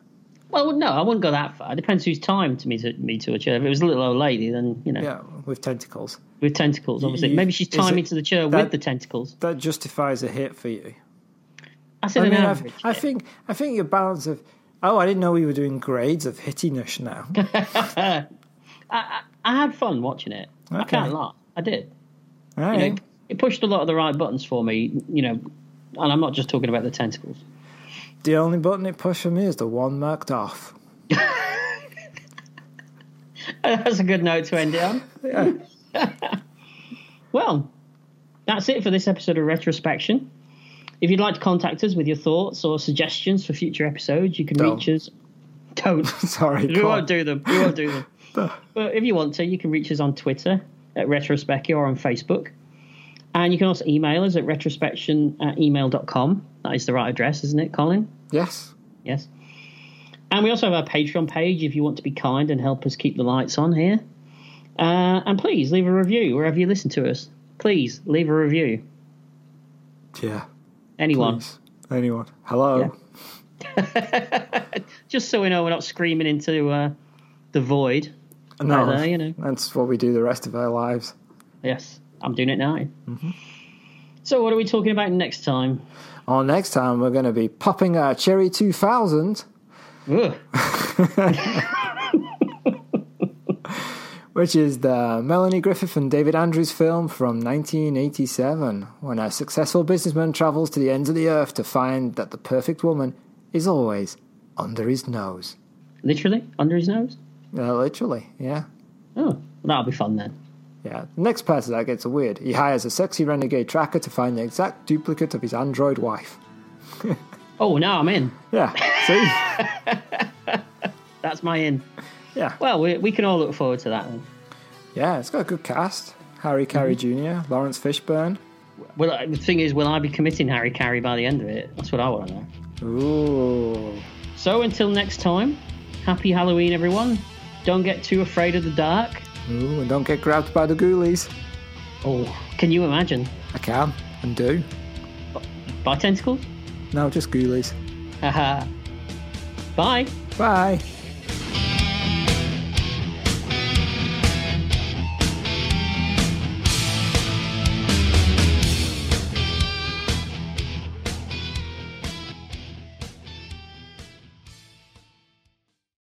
A: Well, no, I wouldn't go that far. It depends whose time to me to me to a chair. If it was a little old lady, then you know,
B: Yeah, with tentacles.
A: with tentacles, obviously.
B: you-
A: Maybe she's
B: is
A: tying me
B: it-
A: to the chair
B: that-
A: with the tentacles.
B: That justifies a hit for you.
A: I said
B: I
A: an
B: mean,
A: average.
B: I've, I
A: hit.
B: think I think your balance of oh, I didn't know we were doing grades of hittiness now.
A: I had fun watching it. I
B: Okay.
A: can't lie, I did.
B: All
A: You know,
B: right.
A: it, it pushed a lot of the right buttons for me. You know, and I'm not just talking about the tentacles.
B: The only button it pushed for me is the one marked off.
A: That's a good note to end it on. well, that's it for this episode of Retrospection. If you'd like to contact us with your thoughts or suggestions for future episodes, you can
B: Don't.
A: reach us. Don't.
B: Sorry,
A: we
B: go
A: won't
B: on.
A: do them. We won't do them. but if you want to, you can reach us on Twitter at Retrospeccia or on Facebook. And you can also email us at retrospection at email.com. That is the right address, isn't it, Colin?
B: Yes.
A: Yes. And we also have our Patreon page if you want to be kind and help us keep the lights on here. Uh, and please leave a review wherever you listen to us. Please leave a review.
B: Yeah.
A: Anyone.
B: Please. Anyone. Hello.
A: Yeah. Just so we know we're not screaming into uh, the void.
B: No,
A: Right there, you know.
B: that's what we do the rest of our lives.
A: Yes, I'm doing it now. So, what are we talking about next time?
B: Well, next time we're going to be popping our Cherry 2000,
A: Ugh.
B: which is the Melanie Griffith and David Andrews film from 1987, when a successful businessman travels to the ends of the earth to find that the perfect woman is always under his nose.
A: Literally? Under his nose?
B: Uh, literally, yeah.
A: Oh, that'll be fun then.
B: Yeah. The next part of that gets weird. He hires a sexy renegade tracker to find the exact duplicate of his android wife.
A: Oh, now I'm in.
B: Yeah. See?
A: That's my in.
B: yeah.
A: Well, we, we can all look forward to that then.
B: Yeah, it's got a good cast. Harry Carey Jr., Lawrence Fishburne.
A: Well, uh, the thing is, will I be committing Harry Carey by the end of it? That's what I want to know.
B: Ooh.
A: So until next time, happy Halloween, everyone. Don't get too afraid of the dark.
B: Ooh, and don't get grabbed by the ghoulies.
A: Oh, can you imagine?
B: I can and do.
A: By tentacles?
B: No, just ghoulies.
A: Haha. Bye.
B: Bye.